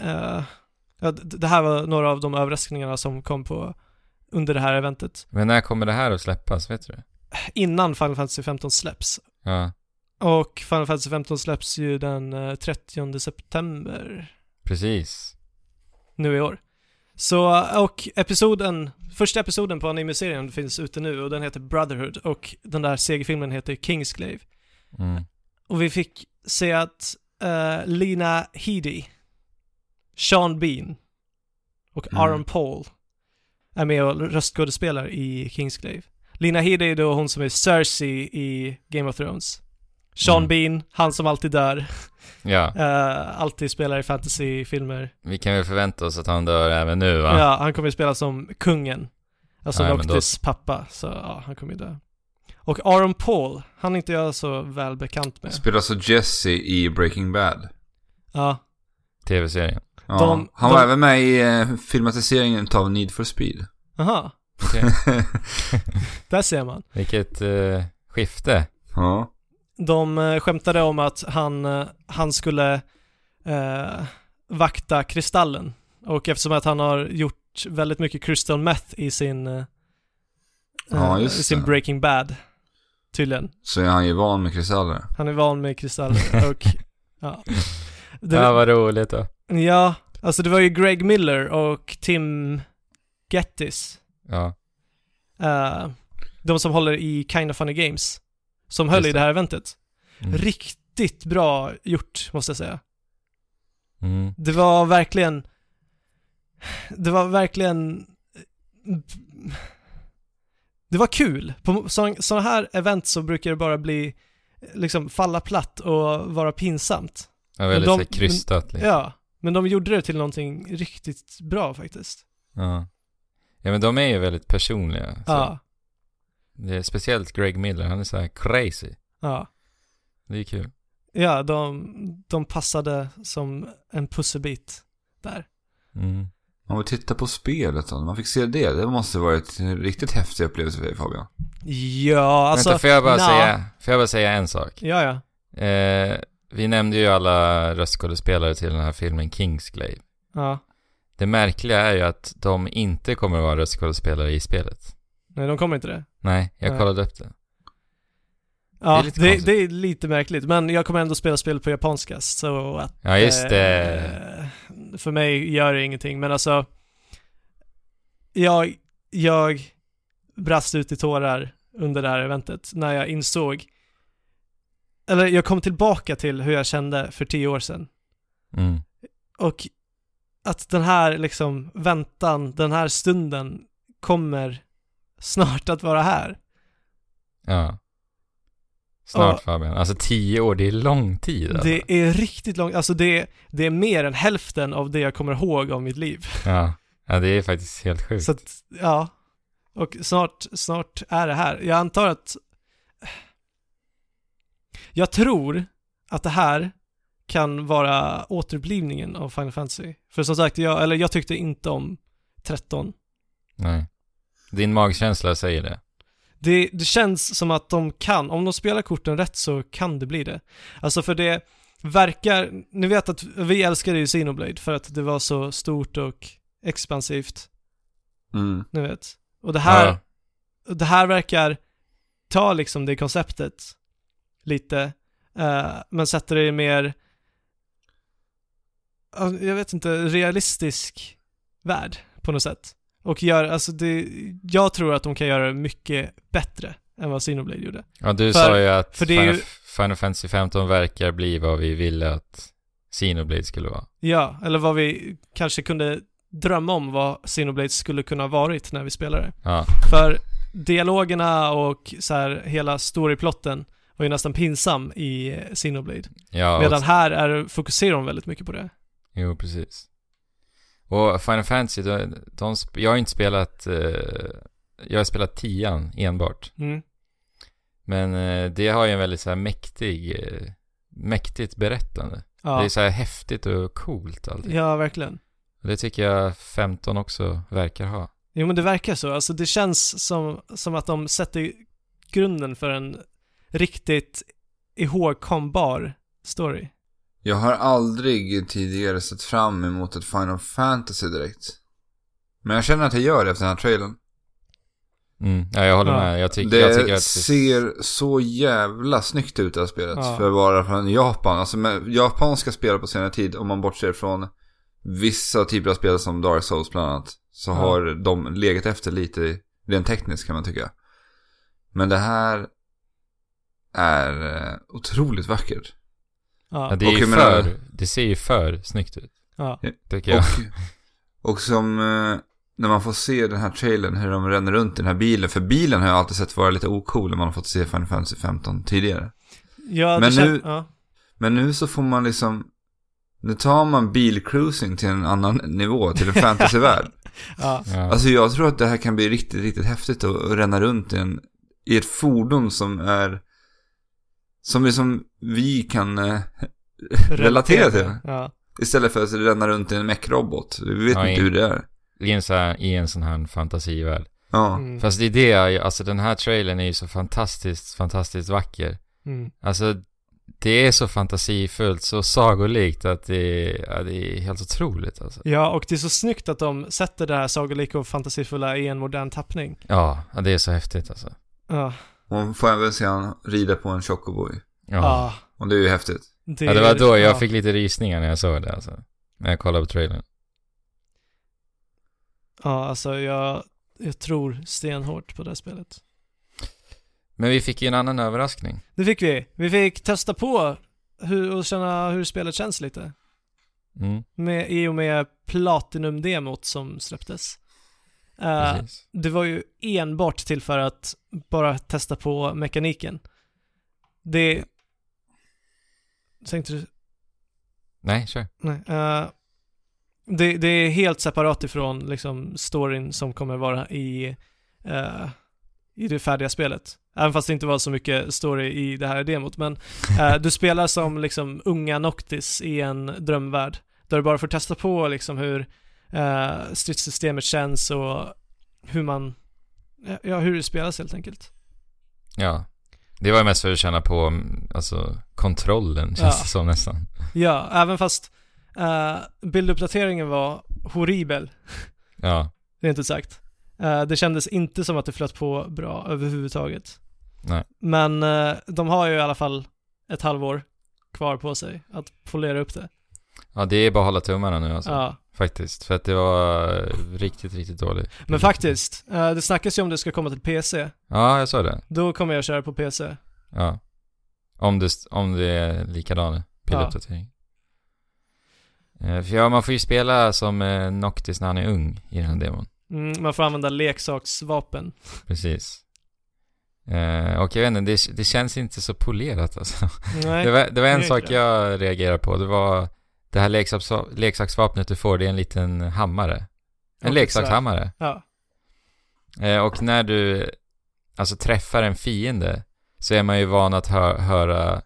eh, ja, d- det här var några av de överraskningarna som kom på under det här eventet.
Men när kommer det här att släppas, vet du det?
Innan Final Fantasy 15 släpps.
Ja,
Och Final Fantasy 15 släpps ju den eh, 30 september
precis.
nu i år. Så, och episoden, första episoden på anime-serien finns ute nu och den heter Brotherhood och den där segerfilmen heter Kingsglaive.
Mm.
Och vi fick se att eh, Lina Headey, Sean Bean och
Mm.
Aaron Paul är med och röstskådespelar i Kingsglaive. Lina Headey är då hon som är Cersei i Game of Thrones. Sean
Mm.
Bean, han som alltid dör,
Ja,
eh, alltid spelar i fantasyfilmer.
vi kan väl förvänta oss att han dör även nu, va?
Ja, han kommer ju spela som kungen. Alltså
Nej, men då-
Noctis pappa, så ja, han kommer ju dö. Och Aaron Paul, han är inte jag så väl bekant med.
Spelar alltså Jesse i Breaking Bad.
Ja,
Tv-serien.
Ja.
De-
han var
de-
även med i eh, filmatiseringen av Need for Speed.
aha.
Okej.
<laughs> Där ser man.
Vilket eh, skifte.
ja.
De eh, skämtade om att han, eh, han skulle eh, vakta Kristallen. Och eftersom att han har gjort väldigt mycket crystal meth i sin, eh,
Ja,
eh, i
just
sin
det.
Breaking Bad, tydligen.
Så är han ju van med kristaller.
Han är van med kristaller och ja. Det,
Ja, vad roligt då.
ja, alltså det var ju Greg Miller och Tim Gettis
Ja,
Eh, de som håller i Kind of Funny Games, som höll
Just
i det här eventet.
Mm.
Riktigt bra gjort, måste jag säga.
mm.
Det var verkligen, det var verkligen, det var kul. På sådana här event så brukar det bara bli, liksom falla platt och vara pinsamt.
ja väldigt
de-
så här krystat. Liksom.
Ja, men de gjorde det till någonting riktigt bra faktiskt.
Ja. ja, men de är ju väldigt personliga. Så
Ja,
Det är speciellt Greg Miller, han är så här crazy.
ja.
Det är kul.
Ja, de, de passade som en pusselbit där.
Mm.
Om vi tittar på spelet då, man fick se det. Det måste varit en riktigt häftig upplevelse för dig Fabian.
Ja, alltså...
Vänta, får jag, bara
nja.
säga, får jag bara säga en sak?
Ja, ja.
Eh, vi nämnde ju alla röstskådespelare till den här filmen Kingsglaive.
Ja.
Det märkliga är ju att de inte kommer att vara röstskådespelare i spelet.
Nej, de kommer inte det.
Nej, jag
Nej.
kollade upp det.
Ja,
lite
det,
konstigt.
det är lite märkligt, men jag kommer ändå spela spel på japanska, så att...
Ja, just det.
eh, för mig gör det ingenting, men alltså... Jag, jag brast ut i tårar under det här eventet när jag insåg... Eller jag kom tillbaka till hur jag kände för tio år sedan. Eh.
Mm.
Och att den här liksom väntan, den här stunden kommer snart att vara här.
Ja. Snart
Ja.
Fabian. Alltså tio år, det är lång tid. Alltså.
Det är riktigt långt, alltså det, det är mer än hälften av det jag kommer ihåg av mitt liv.
Ja. ja, det är faktiskt helt sjukt.
Så att, ja. Och snart, snart är det här. Jag antar att... Jag tror att det här kan vara återupplivningen av Final Fantasy. För som sagt, jag, eller jag tyckte inte om 13.
Nej. Din magkänsla säger det.
Det, det känns som att de kan, om de spelar korten rätt så kan det bli det. Alltså för det verkar, ni vet att vi älskade ju Xenoblade för att det var så stort och expansivt,
Mm.
ni vet. Och det här,
Ja.
det här verkar ta liksom det konceptet lite, eh, men sätter det i mer, ja, jag vet inte, realistisk värld på något sätt. Och gör, alltså det, jag tror att de kan göra det mycket bättre än vad Xenoblade gjorde.
Ja, du
För-
sa ju att
för det är
Final,
ju-
Final Fantasy 15 verkar bli vad vi ville att Xenoblade skulle vara.
Ja, eller vad vi kanske kunde drömma om vad Xenoblade skulle kunna ha varit när vi spelade.
Ja,
För dialogerna och så här hela storyplotten var ju nästan pinsam i Xenoblade.
ja
Medan
och,
här är, fokuserar de väldigt mycket på det.
jo precis. Och Final Fantasy, de, de, sp- jag har inte spelat, eh, jag har spelat tian enbart.
Mm.
Men eh, det har ju en väldigt så här mäktig, eh, mäktigt berättande. Det
Ja.
är så här häftigt och coolt allting.
ja, verkligen.
Och det tycker jag 15 också verkar ha.
Jo men det verkar så. Alltså det känns som, som att de sätter grunden för en riktigt ihågkombar story.
Jag har aldrig tidigare sett fram emot ett Final Fantasy direkt. Men jag känner att jag gör det efter den här trailern.
Mm. Ja, jag håller
Ja.
med. Jag, tycker
Det
jag tycker att
ser så jävla snyggt ut det här spelet.
Ja.
För att vara från Japan. Alltså med japanska spel på senare tid, om man bortser från vissa typer av spel som Dark Souls bland annat. Så
Ja.
har de legat efter lite rent tekniskt kan man tycka. Men det här är eh, otroligt vackert.
Ja,
Ja.
det, är
Och
ju
jag menar-
för, det ser ju för snyggt ut,
Ja.
tycker jag.
Och, och som eh, när man får se den här trailern hur de ränner runt i den här bilen. För bilen har jag alltid sett vara lite ocool när man har fått se Final Fantasy 15 tidigare.
ja det
Men
kän-
nu-
Ja.
Men nu så får man liksom... Nu tar man bilcruising till en annan nivå, till en fantasyvärld.
Ja.
<laughs> Ja.
Alltså jag tror att det här kan bli riktigt, riktigt häftigt att, att ränna runt i, en, i ett fordon som är... Som liksom vi kan eh, <laughs> relatera till.
Ja.
Istället för att ränna runt i en mech-robot. Vi vet
Ja,
inte
i-
hur det är.
I, en så här, I en sån här fantasivärld.
Ja.
Mm.
Fast det är det, jag- alltså den här trailern är ju så fantastiskt, fantastiskt vacker.
Mm.
Alltså, det är så fantasifullt, så sagolikt att det, ja, det är helt otroligt alltså.
Ja, och det är så snyggt att de sätter det här sagolika och fantasifulla i en modern tappning.
Ja, ja, det är så häftigt alltså.
Ja,
Man får även se han rida på en chocoboy.
Ja. Ja.
ja.
Och det är ju häftigt.
Det,
det var då
ja.
jag fick lite rysningar när jag såg det alltså. När jag kollade på trailern.
Ja, alltså jag, jag tror stenhårt på det här spelet.
Men vi fick ju en annan överraskning.
Det fick vi. Vi fick testa på hur, och känna hur spelet känns lite.
Mm,
Med, I och med Platinum-demot som släpptes. Eh,
precis.
det var ju enbart till för att bara testa på mekaniken. Det... Tänkte du
Nej, kör.
Nej. eh, det, det är helt separat ifrån liksom, storyn som kommer vara i, eh, i det färdiga spelet. Även fast det inte var så mycket story i det här demot. Men eh, du spelar som liksom, unga Noctis i en drömvärld. Där du bara får testa på liksom, hur eh, stridssystemet känns och hur man Ja, hur det spelas helt enkelt.
Ja. Det var ju mest för att känna på, mm, alltså, kontrollen känns
Ja.
det som nästan.
Ja, även fast eh, bilduppdateringen var horribel
Ja,
rent ut sagt. Eh, Det kändes inte som att det flöt på bra överhuvudtaget.
Nej.
Men eh, de har ju i alla fall ett halvår kvar på sig att polera upp det.
ja det är bara att hålla tummarna nu alltså.
Ja.
Faktiskt, för att det var eh, riktigt, riktigt dåligt.
Men faktiskt, eh, det snackas ju om det ska komma till PC.
Ja, jag sa det.
Då kommer jag köra på PC.
Ja. Om det, om det är likadan pilluppdatering. Eh, För ja, man får ju spela som eh, Noctis när han är ung i den här demon.
Mm, man får
<laughs>
använda leksaksvapen.
Precis. Eh, Och jag vet inte, det, det känns inte så polerat alltså. Det
Nej.
var, det var en
det är
sak
inte det.
jag reagerade på. Det var det här leksaks, leksaksvapnet du får, det är en liten hammare. En
Och
leksakshammare.
Ja.
Eh, och när du alltså träffar en fiende så är man ju van att hö- höra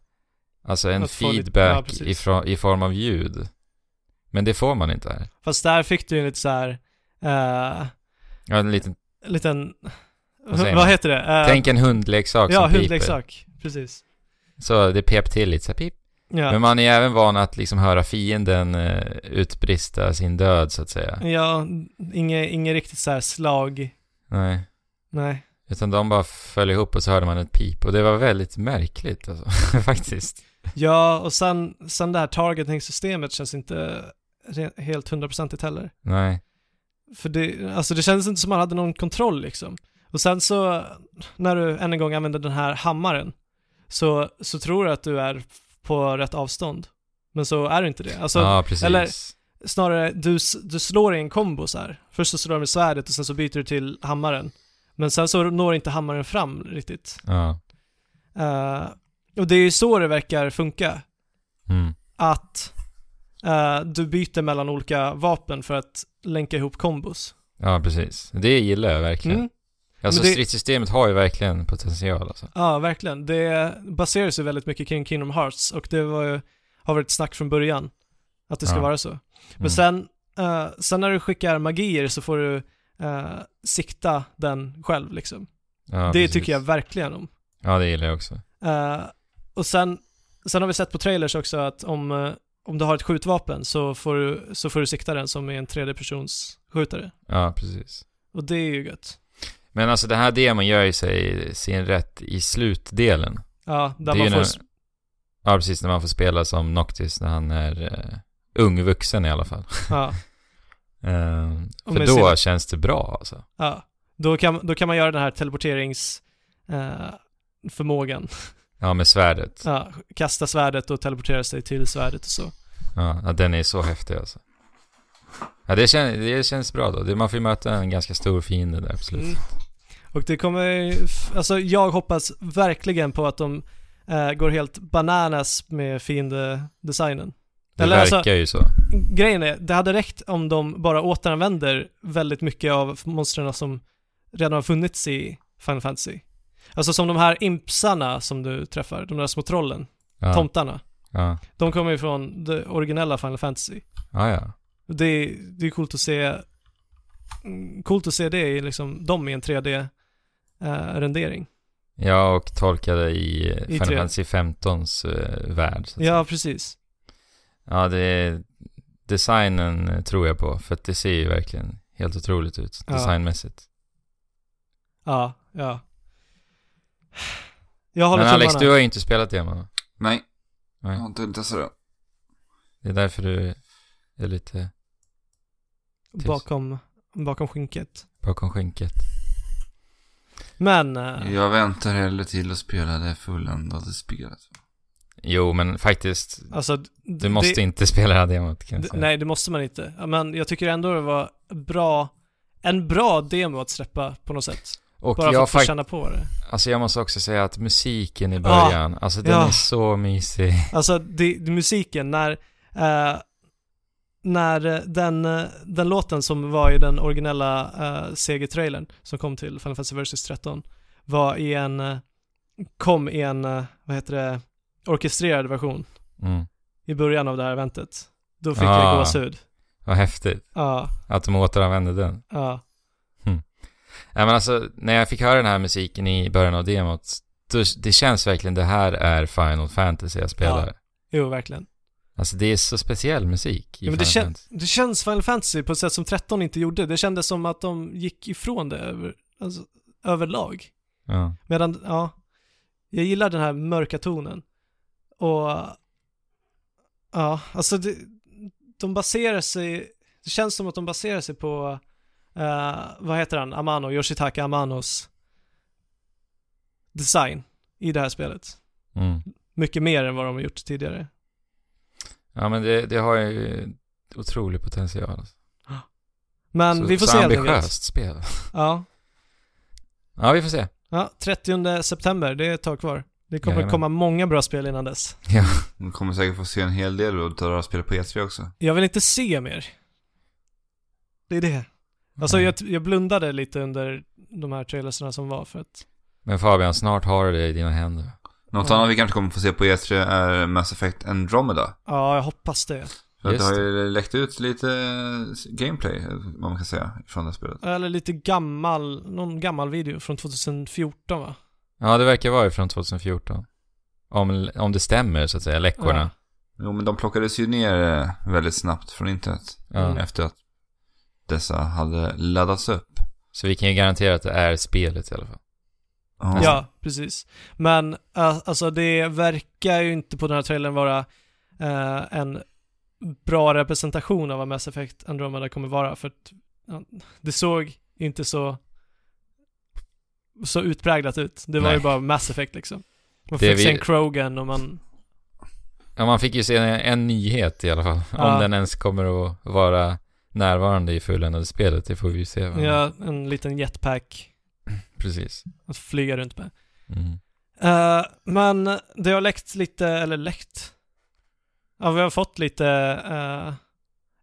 alltså en
Att få lite- ja,
feedback
precis.
ifrån, i form av ljud. Men det får man inte här.
Fast där fick du ju lite så här, eh,
Ja, en liten,
liten,
Vad säger
vad,
man?
heter det? Eh,
Tänk en hundleksak
ja,
som piper.
hudleksak. Precis.
Så det pep till lite, så här, pip.
Ja.
Men man är även van att liksom höra fienden eh, utbrista sin död så att säga.
ja, inget, inget riktigt så här slag.
Nej.
Nej.
Utan de bara föll ihop och så hörde man ett pip. Och det var väldigt märkligt alltså, <laughs> faktiskt.
Ja, och sen, sen det här targeting-systemet känns inte re- helt hundraprocentigt heller.
Nej.
För det, alltså det kändes inte som man hade någon kontroll liksom. Och sen så, när du än en gång använder den här hammaren, så, så tror du att du är på rätt avstånd. Men så är det inte det. Alltså,
ja, precis.
eller- snarare, du, s- du slår i en kombo så här. Först så slår du med svärdet och sen så byter du till hammaren. Men sen så når inte hammaren fram riktigt.
Ja.
Eh, och det är ju så det verkar funka.
Mm.
Att eh, du byter mellan olika vapen för att länka ihop kombos.
ja, precis. Det gillar jag verkligen.
Mm.
Alltså
Men det-
stridssystemet har ju verkligen potential alltså.
Ja, verkligen. Det baserar sig väldigt mycket kring Kingdom Hearts och det var ju, har varit snack från början. Att det ska
Ja.
vara så.
Mm.
Men sen, eh, sen när du skickar magier så får du eh, sikta den själv liksom.
Ja,
det
precis.
tycker jag verkligen om.
Ja, det gillar jag också.
Eh, och sen, sen har vi sett på trailers också att om, eh, om du har ett skjutvapen så får, du, så får du sikta den som är en tredjepersons skjutare.
Ja, precis.
Och det är ju gött.
Men alltså den här demon gör ju sig sin rätt i slutdelen.
Ja, där
Det är
man
ju
får...
när-
s-
Ja, precis. När man får spela som Noctis när han är eh, ungvuxen i alla fall.
Ja,
Eh, <laughs>
Och
för
med
då
sina-
känns det bra alltså.
ja. Då kan, då kan man göra den här teleporterings... eh, förmågan.
Ja, med svärdet.
Ja, kasta svärdet och teleportera sig till svärdet och så.
Ja, ja den är så häftig alltså. Ja, det, kän, det känns bra då. Det, man får ju möta en ganska stor fiende där på slutet.
Mm. Och det kommer, ju f- alltså jag hoppas verkligen på att de eh, går helt bananas med fiendedesignen.
Det
Eller
verkar
alltså-
ju så.
Grejen är, det hade räckt om de bara återanvänder väldigt mycket av monstren som redan har funnits i Final Fantasy. Alltså som de här impsarna som du träffar, de där små trollen,
Ja,
tomtarna.
ja.
De kommer ju från det originella Final Fantasy.
ja, Ah, ja.
Och Det är, det är coolt att se mm, coolt att se det i liksom, dem i en eh, 3D-rendering.
Ja, och tolkade i, eh, Final
tre.
Fantasy 15s eh, värld. Så att
ja, precis.
Ja, det är designen eh, tror jag på. För att det ser ju verkligen helt otroligt ut
Ja.
designmässigt.
Ja, ja. Jag håller
Men Alex, du
tummarna.
har ju inte spelat Demon. va?
Nej.
Nej.
Jag har inte testat det.
Det är därför du är lite
bakom, bakom skinket.
bakom skynket.
Men, eh,
Jag väntar hellre till att spela det fulländade spelet.
Jo, men faktiskt.
alltså... d-
Du måste inte spela det här demot kan jag
d-
säga.
Nej, det måste man inte. Ja, Men jag tycker ändå det var bra, en bra demo att släppa på något sätt.
och
Bara för
jag,
att få
fakt-
känna på det.
alltså, jag måste också säga att musiken i början, alltså den
Ja.
är så mysig.
Alltså det, det, musiken, när, eh, när eh, den, eh, den låten som var i den originella eh, CG-trailern som kom till Final Fantasy Versus 13 var i en, eh, kom i en, eh, vad heter det, orkestrerad version
Mm.
i början av det här eventet. Då fick
Ah.
jag gåshud.
Vad häftigt
Ja,
att de återanvände den.
ja,
Nej men alltså, när jag fick höra den här musiken i början av demot, då, det känns verkligen, det här är Final Fantasy jag spelar.
jo verkligen.
Alltså det är så speciell musik i
Ja,
Final
men det, kän,
Fantasy.
det känns Final Fantasy på ett sätt som 13 inte gjorde. Det kändes som att de gick ifrån det över, alltså, överlag.
Ja.
Medan, ja, jag gillar den här mörka tonen. Och, ja, alltså det, de baserar sig, det känns som att de baserar sig på, eh, vad heter han, Amano, Yoshitaka Amanos design i det här spelet.
Mm.
Mycket mer än vad de har gjort tidigare.
ja men det, det har ju otrolig potential. Alltså.
Men
så,
vi får
så
se helt enkelt.
ambitiöst spel.
Ja,
Ja, vi får se.
ja, 30 september, det är ett tag kvar. Det kommer
Jajamän.
komma många bra spel innan dess.
Du kommer säkert få se en hel del och ta några spel på E3 också.
Jag vill inte se mer. Det är det. Alltså jag, jag blundade lite under de här trailersarna som var för att...
Men Fabian, snart har du det i dina händer.
Något
Ja.
annat vi kanske kommer få se på E3 är Mass Effect Andromeda.
Ja, jag hoppas det.
För att det
Just
har ju läckt ut lite eh, gameplay, vad man kan säga, från det här spelet.
Eller lite gammal, någon gammal video från 2014 va?
Ja, det verkar vara från 2014. Om, om det stämmer så att säga, läckorna.
Jo, men de plockades ju ner eh, väldigt snabbt från internet.
Ja.
Mm.
Efter att dessa hade laddats upp.
Så vi kan ju garantera att det är spelet i alla fall.
Ja, ja precis. Men uh, alltså det verkar ju inte på den här trailern vara eh, en bra representation av vad Mass Effect Andromeda kommer vara för att ja, det såg inte så så utpräglat ut. Det var
Nej.
ju bara Mass Effect liksom.
Det
Man fick
vi-
se en Krogan och man
Ja, man fick ju se en, en nyhet i alla fall.
Ja.
Om den ens kommer att vara närvarande i fulländade spelet, det får vi ju se. va?
Ja, en liten jetpack
Precis.
att flyga runt med.
Mm.
Eh, men det har läckt lite, eller läckt. Ja, vi har fått lite eh,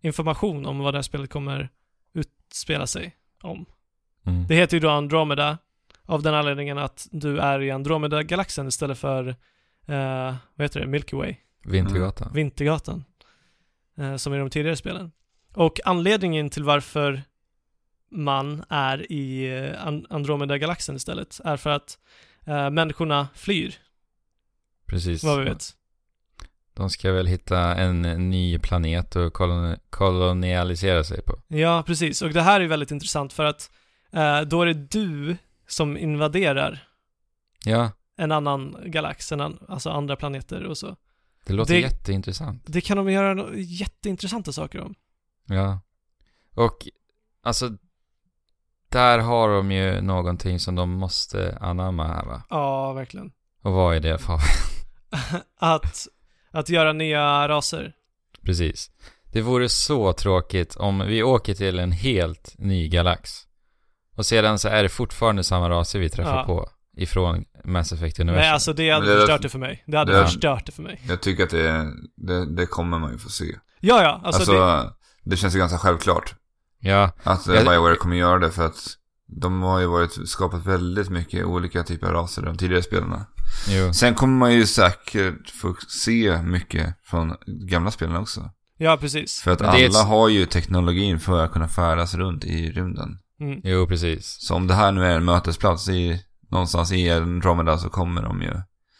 information om vad det här spelet kommer utspela sig om.
Mm.
Det heter ju då Andromeda av den anledningen att du är i Andromeda-galaxen istället för, eh, vad heter det, Milky Way,
Vintergatan.
Mm. Vintergatan, eh, som i de tidigare spelen. Och anledningen till varför man är i eh, An- Andromeda-galaxen istället är för att eh, människorna flyr,
Precis.
vad vi vet.
De ska väl hitta en ny planet och kolon- kolonialisera sig på.
Ja, precis. Och det här är väldigt intressant för att eh, då är det du som invaderar
Ja,
en annan galax, en an- alltså andra planeter och så.
det låter
Det-
jätteintressant.
Det kan de göra no- jätteintressanta saker om.
Ja. Och alltså, där har de ju någonting som de måste anamma här va?
Ja, verkligen.
Och vad är det för?
<laughs> Att, att göra nya raser.
Precis. Det vore så tråkigt om vi åker till en helt ny galax. Och sedan så är det fortfarande samma raser vi träffar
Ja.
på ifrån Mass Effect-universum.
Nej, alltså det hade
Men det är-
förstört det för mig. Det hade
det är-
förstört det för mig.
Jag tycker att det, det, det kommer man ju få se.
Ja, ja. Alltså,
Alltså,
det,
det... känns ju ganska självklart
Ja,
att
Jag-
jag... Bioware kommer göra det för att de har ju varit, skapat väldigt mycket olika typer av raser i de tidigare spelarna.
jo.
Sen kommer man ju säkert få se mycket från gamla spelen också.
ja, precis.
För att
Men det
alla
är ett-
har ju teknologin för att kunna färdas runt i rymden.
Mm.
Jo, precis.
Så om det här nu är en mötesplats i, någonstans i Andromeda så kommer de ju.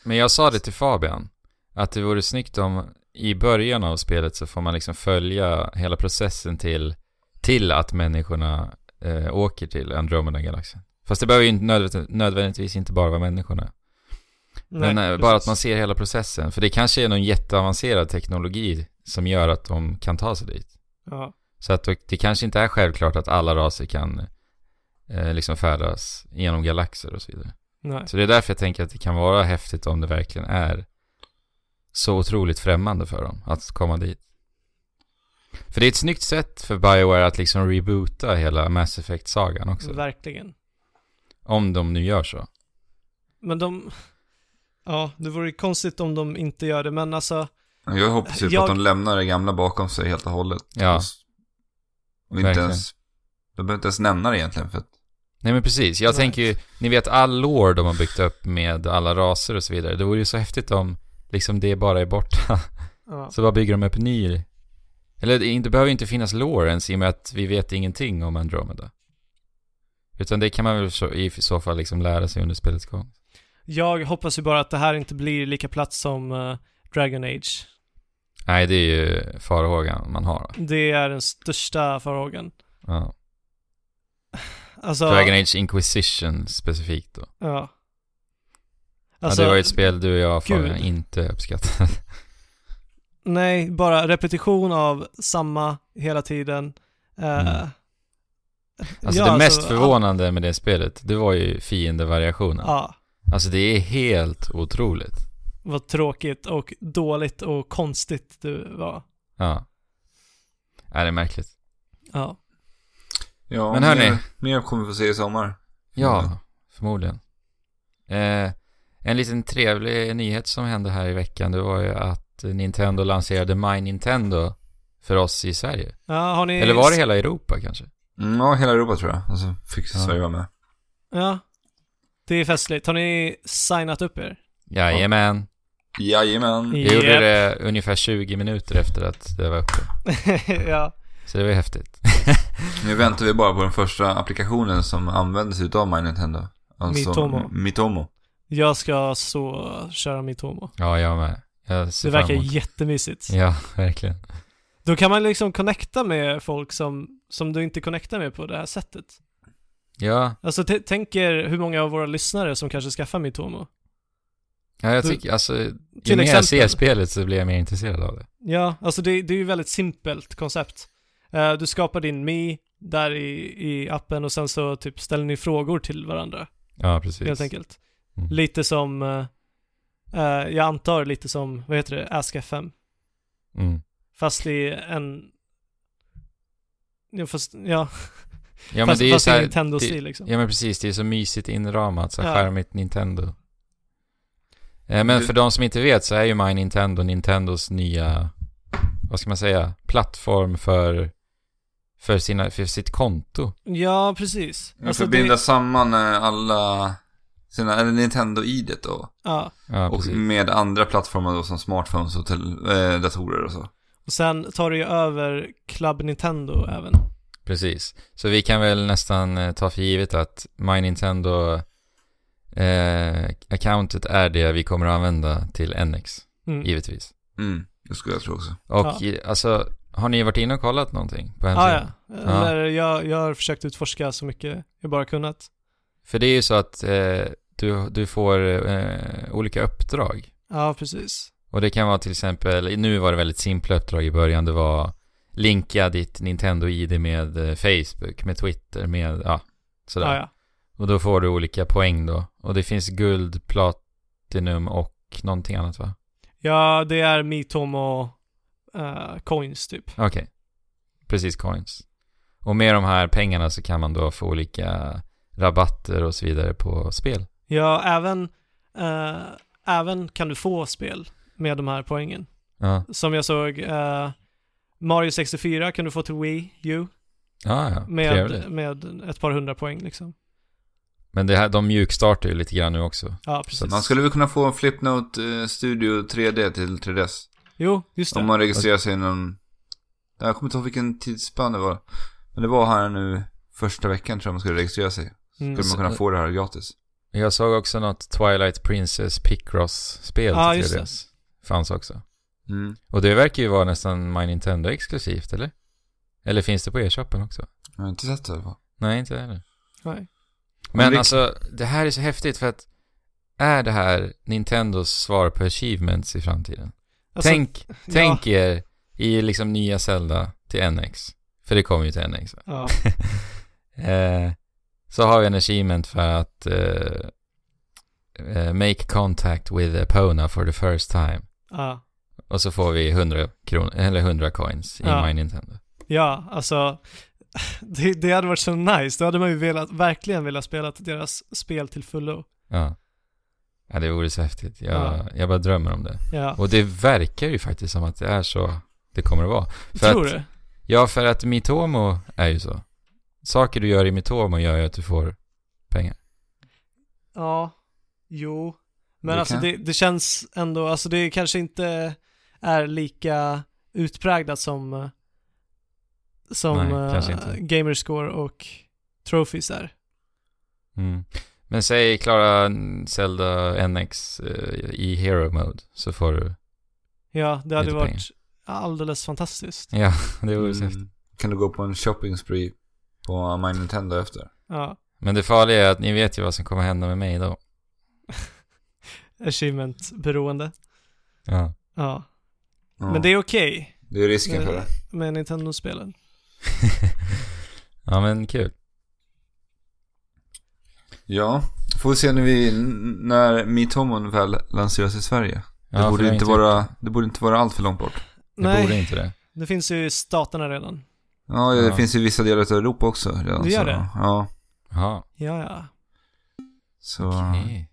Men jag sa det till Fabian, att det vore snyggt om i början av spelet så får man liksom följa hela processen till, till att människorna eh, åker till Andromeda-galaxen. Fast det behöver ju inte nödvändigt, nödvändigtvis inte bara vara människorna.
Nej,
Men eh, bara
precis.
att man ser hela processen. För det kanske är någon jätteavancerad teknologi som gör att de kan ta sig dit.
Ja.
Så att det kanske inte är självklart att alla raser kan eh, liksom färdas genom galaxer och så vidare.
Nej.
Så det är därför jag tänker att det kan vara häftigt om det verkligen är så otroligt främmande för dem att komma dit. För det är ett snyggt sätt för Bioware att liksom reboota hela Mass Effect-sagan också.
Mm. Verkligen.
Om de nu gör så.
Men de... Ja, det vore konstigt om de inte gör det, men alltså...
Jag hoppas ju på
Jag-
att de lämnar det gamla bakom sig helt och hållet.
Ja.
Och inte
Verkligen.
ens, de behöver inte ens nämna det egentligen för att
Nej men precis, jag
Nej.
tänker ju, ni vet all lore de har byggt upp med alla raser och så vidare. Det vore ju så häftigt om liksom det bara är borta.
Ja.
Så bara bygger de upp en ny... Eller det inte- behöver ju inte finnas lore ens i och med att vi vet ingenting om Andromeda. Utan det kan man väl så, i så fall liksom lära sig under spelets gång.
Jag hoppas ju bara att det här inte blir lika platt som eh, Dragon Age.
Nej, det är ju farhågan man har.
Det är den största farhågan.
Ja.
Alltså,
Dragon Age Inquisition specifikt då.
Ja.
ja, det var ju ett spel du och jag Fabian
Alltså, gud.
inte uppskattade. <laughs>
nej, bara repetition av samma hela tiden. Eh,
Mm. Alltså
ja,
det mest
all-
förvånande med det spelet, det var ju fiendevariationen.
Ja,
Alltså det är helt otroligt.
vad tråkigt och dåligt och konstigt du var.
Ja. Är det är märkligt?
Ja.
Ja,
Men hörni.
mer, mer kommer vi få se i sommar.
Ja,
Mm.
förmodligen. Eh, en liten trevlig nyhet som hände här i veckan, det var ju att Nintendo lanserade My Nintendo för oss i Sverige.
ja har ni...
Eller var det hela Europa kanske?
Mm, ja, hela Europa tror jag. Och så fick
Ja.
Sverige vara med.
Ja. Det är festligt. Har ni signat
<laughs>
upp er?
Jajamän.
Jajamän.
Ja.
Jag gjorde
Japp.
det ungefär 20 minuter efter att det var uppe.
ja.
Så det var ju häftigt.
Nu väntar vi bara på den första applikationen som användes utav My Nintendo. Alltså,
Mitomo.
Mitomo.
Alltså, Jag ska så köra Mitomo.
Ja, jag med. Jag ser
Det verkar
fram emot.
jättemysigt.
Ja, verkligen.
Då kan man liksom connecta med folk som, som du inte connectar med på det här sättet.
Ja,
Alltså t- tänk er hur många av våra lyssnare som kanske skaffar Mitomo.
ja jag
Du-
tycker alltså, ju
till
mer jag ser
exempel-
spelet så blir jag mer intresserad av det.
Ja, alltså det, det är ju väldigt simpelt koncept. Eh, du skapar din Mi där i, i appen och sen så typ ställer ni frågor till varandra
Ja, precis.
helt enkelt.
Mm.
Lite som eh, Eh, jag antar lite som, vad heter det, Ask FM.
Mm.
Fast i en... Ja, fast, ja.
Ja, men
fast,
det är ju
fast
så
i
här,
Nintendo-stil liksom.
Ja men precis, det är så mysigt inramat, så här
Ja.
skärmigt Nintendo. Eh, Men
Du-
för de som inte vet så är ju My Nintendo Nintendos nya, vad ska man säga, plattform för, för, sina, för sitt konto.
Ja, precis.
Man
Alltså,
förbinder
det,
samman eh, alla sina, eller Nintendo-idet då.
ja.
Ja,
och Mm.
precis.
med andra plattformar då som smartphones och tel- eh, datorer och så.
Och sen tar du ju över Club Nintendo även.
precis. Så vi kan väl nästan eh, ta för givet att My Nintendo eh, accountet är det vi kommer att använda till NX,
Mm.
givetvis.
Mm, det skulle jag tro också.
Och
Ja.
i- alltså, har ni varit inne och kollat någonting på
Ah,
hemsidan?
ja, Eller Jag, jag har försökt utforska så mycket jag bara kunnat.
För det är ju så att eh, du, du får eh, olika uppdrag.
Ja, precis.
Och det kan vara till exempel, nu var det väldigt simpla uppdrag i början, det var linka ditt Nintendo-id med eh, Facebook, med Twitter, med, ja, sådär.
Ah, Ja, ja.
Och då får du olika poäng då. Och det finns guld, platinum och någonting annat va?
ja, det är Mitomo uh, Coins typ.
Okej. Precis, coins. Och med de här pengarna så kan man då få olika rabatter och så vidare på spel.
Ja, även, eh, även kan du få spel med de här poängen.
Ja,
Som jag såg, eh, Mario 64 kan du få till Wii U
ja, ja. trevligt.
med, med ett par hundra poäng liksom.
Men det här, de mjukstartar ju lite grann nu också.
Ja, precis.
Man skulle väl kunna få en Flipnote eh, Studio 3D till 3DS.
Jo, just det.
Om man registrerar sig inom... Jag kommer inte ihåg vilken tidsspann det var. Men det var här nu första veckan tror jag man skulle registrera sig.
Mm.
Skulle man kunna få det här gratis.
Jag såg också något Twilight Princess Picross-spel
Ja,
till
just
3DS. Fanns också.
Mm.
Och det verkar ju vara nästan My Nintendo exklusivt, eller? Eller finns det på e-shoppen också?
Jag har inte sett det i alla fall.
Nej, inte heller.
Nej.
Men
det-
alltså, det här är så häftigt för att är det här Nintendos svar på achievements i framtiden?
Alltså,
tänk, tänk er i liksom nya Zelda till NX. För det kommer ju till NX. va?
Ja,
Eh, så har vi en achievement för att eh, eh, make contact with Epona for the first time.
ja.
Och så får vi 100, kron- eller 100 coins i
Ja.
My Nintendo.
ja alltså <laughs> det, det hade varit så nice. Då hade man ju velat, verkligen velat spela deras spel till fullo.
Ja. ja, det vore så häftigt. Jag,
Ja.
jag bara drömmer om det.
Ja.
Och det verkar ju faktiskt som att det är så det kommer att vara. För
Tror
att,
du?
Ja, för att Mitomo är ju så. Saker du gör i Mitomo gör ju att du får pengar.
Ja, jo. Men
Det
alltså
kan-
det, det känns ändå, alltså det kanske inte är lika utpräglat som eh, som
Nej, kanske
eh,
inte.
Gamerscore och Trophies är.
Mm. Men säg klara mm, Zelda NX eh, i Hero Mode så får du...
Ja, det hade
Lite
varit
pengar.
alldeles fantastiskt.
Ja, <laughs> det vore
Mm.
så häftigt.
Mm. Kan du gå på en shopping spree på My Nintendo efter?
Ja,
Men det farliga är att ni vet ju vad som kommer hända med mig då.
achievement-beroende.
Ja.
Ja,
Ja,
men det Mm. är okej
det är risken för det.
med Nintendo-spelen.
ja, men kul.
Ja, får vi se när vi, n- när Mitomon väl lanseras i Sverige. Det,
Ja, för
borde,
jag har
inte
gjort
vara, det borde inte vara allt för långt bort.
Det
Nej,
borde inte det.
det finns ju i staterna redan.
Ja, det
Ja.
finns i vissa delar av Europa också redan.
Det gör
så,
det.
Ja,
Jaha,
Ja, ja.
så...
okej.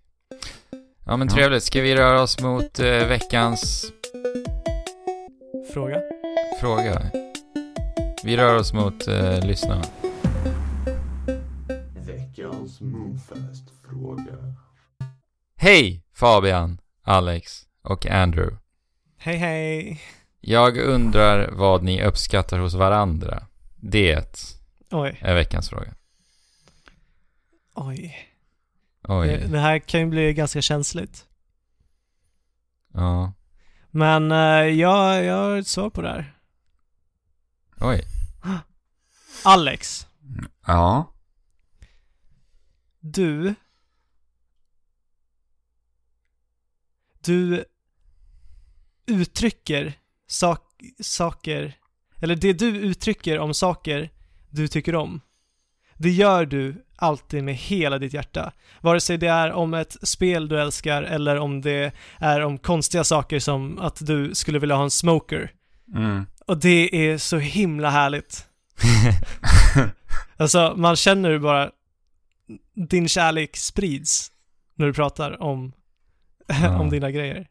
Ja, men
Ja.
trevligt. Ska vi röra oss mot eh, veckans
Fråga.
fråga? Vi rör oss mot eh, lyssnarna.
Veckans Moonfest-fråga.
Hej Fabian, Alex och Andrew.
Hej, hej.
Jag undrar vad ni uppskattar hos varandra. Det
Oj,
är veckans fråga.
oj. Det,
Oj.
det här kan ju bli ganska känsligt.
Ja.
Men eh, jag, jag har ett svar på det här.
Oj.
Alex,
Ja.
du... Du uttrycker sak, saker, eller det du uttrycker om saker du tycker om. Det gör du alltid med hela ditt hjärta. Vare sig det är om ett spel du älskar eller om det är om konstiga saker som att du skulle vilja ha en smoker.
Mm. <laughs>
Och det är så himla härligt. Alltså, man känner hur bara din kärlek sprids när du pratar om, <laughs>
Ja.
om dina grejer.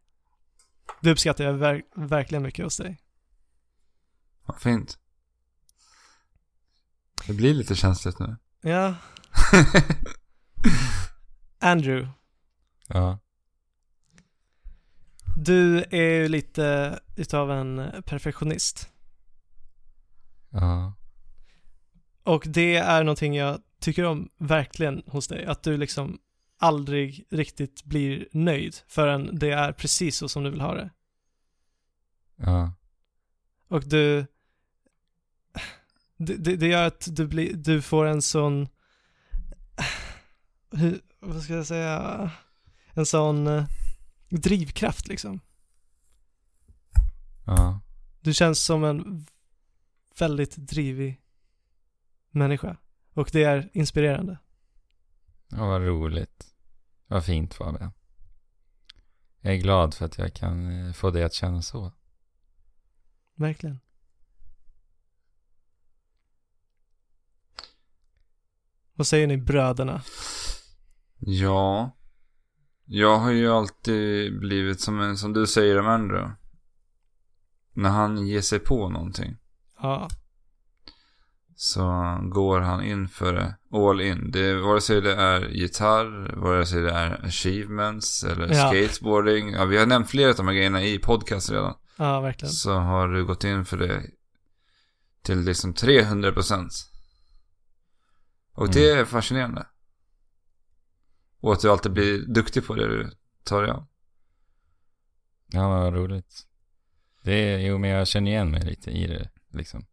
Det uppskattar jag verk- verkligen mycket hos dig.
Vad fint. Det blir lite känsligt nu.
Ja, Andrew,
Ja.
du är ju lite utav en perfektionist.
Ja.
Och det är någonting jag tycker om verkligen hos dig, att du liksom aldrig riktigt blir nöjd förrän det är precis så som du vill ha det.
Ja.
Och du... Det, det, det gör att du, blir, du får en sån... Hur, vad ska jag säga? En sån eh, drivkraft liksom.
Ja.
Du känns som en väldigt drivig människa. Och det är inspirerande.
Ja, vad roligt. Vad fint Fabian. Jag är glad för att jag kan eh, få dig att känna så.
Verkligen. Vad säger ni bröderna?
Ja. Jag har ju alltid blivit som en, som du säger om Andrew. När han ger sig på någonting
Ja,
så går han in för det. All in. Det, är- vare sig det är gitarr, vare sig det är achievements eller
Ja.
skateboarding. Ja, vi har nämnt flera av de här grejerna i podcast redan.
ja verkligen.
Så har du gått in för det till liksom 300 procent. Och det är fascinerande. Och att du alltid blir duktig på det du tar dig an.
Ja, men vad roligt. Det är, jo, men jag känner igen mig lite i det liksom.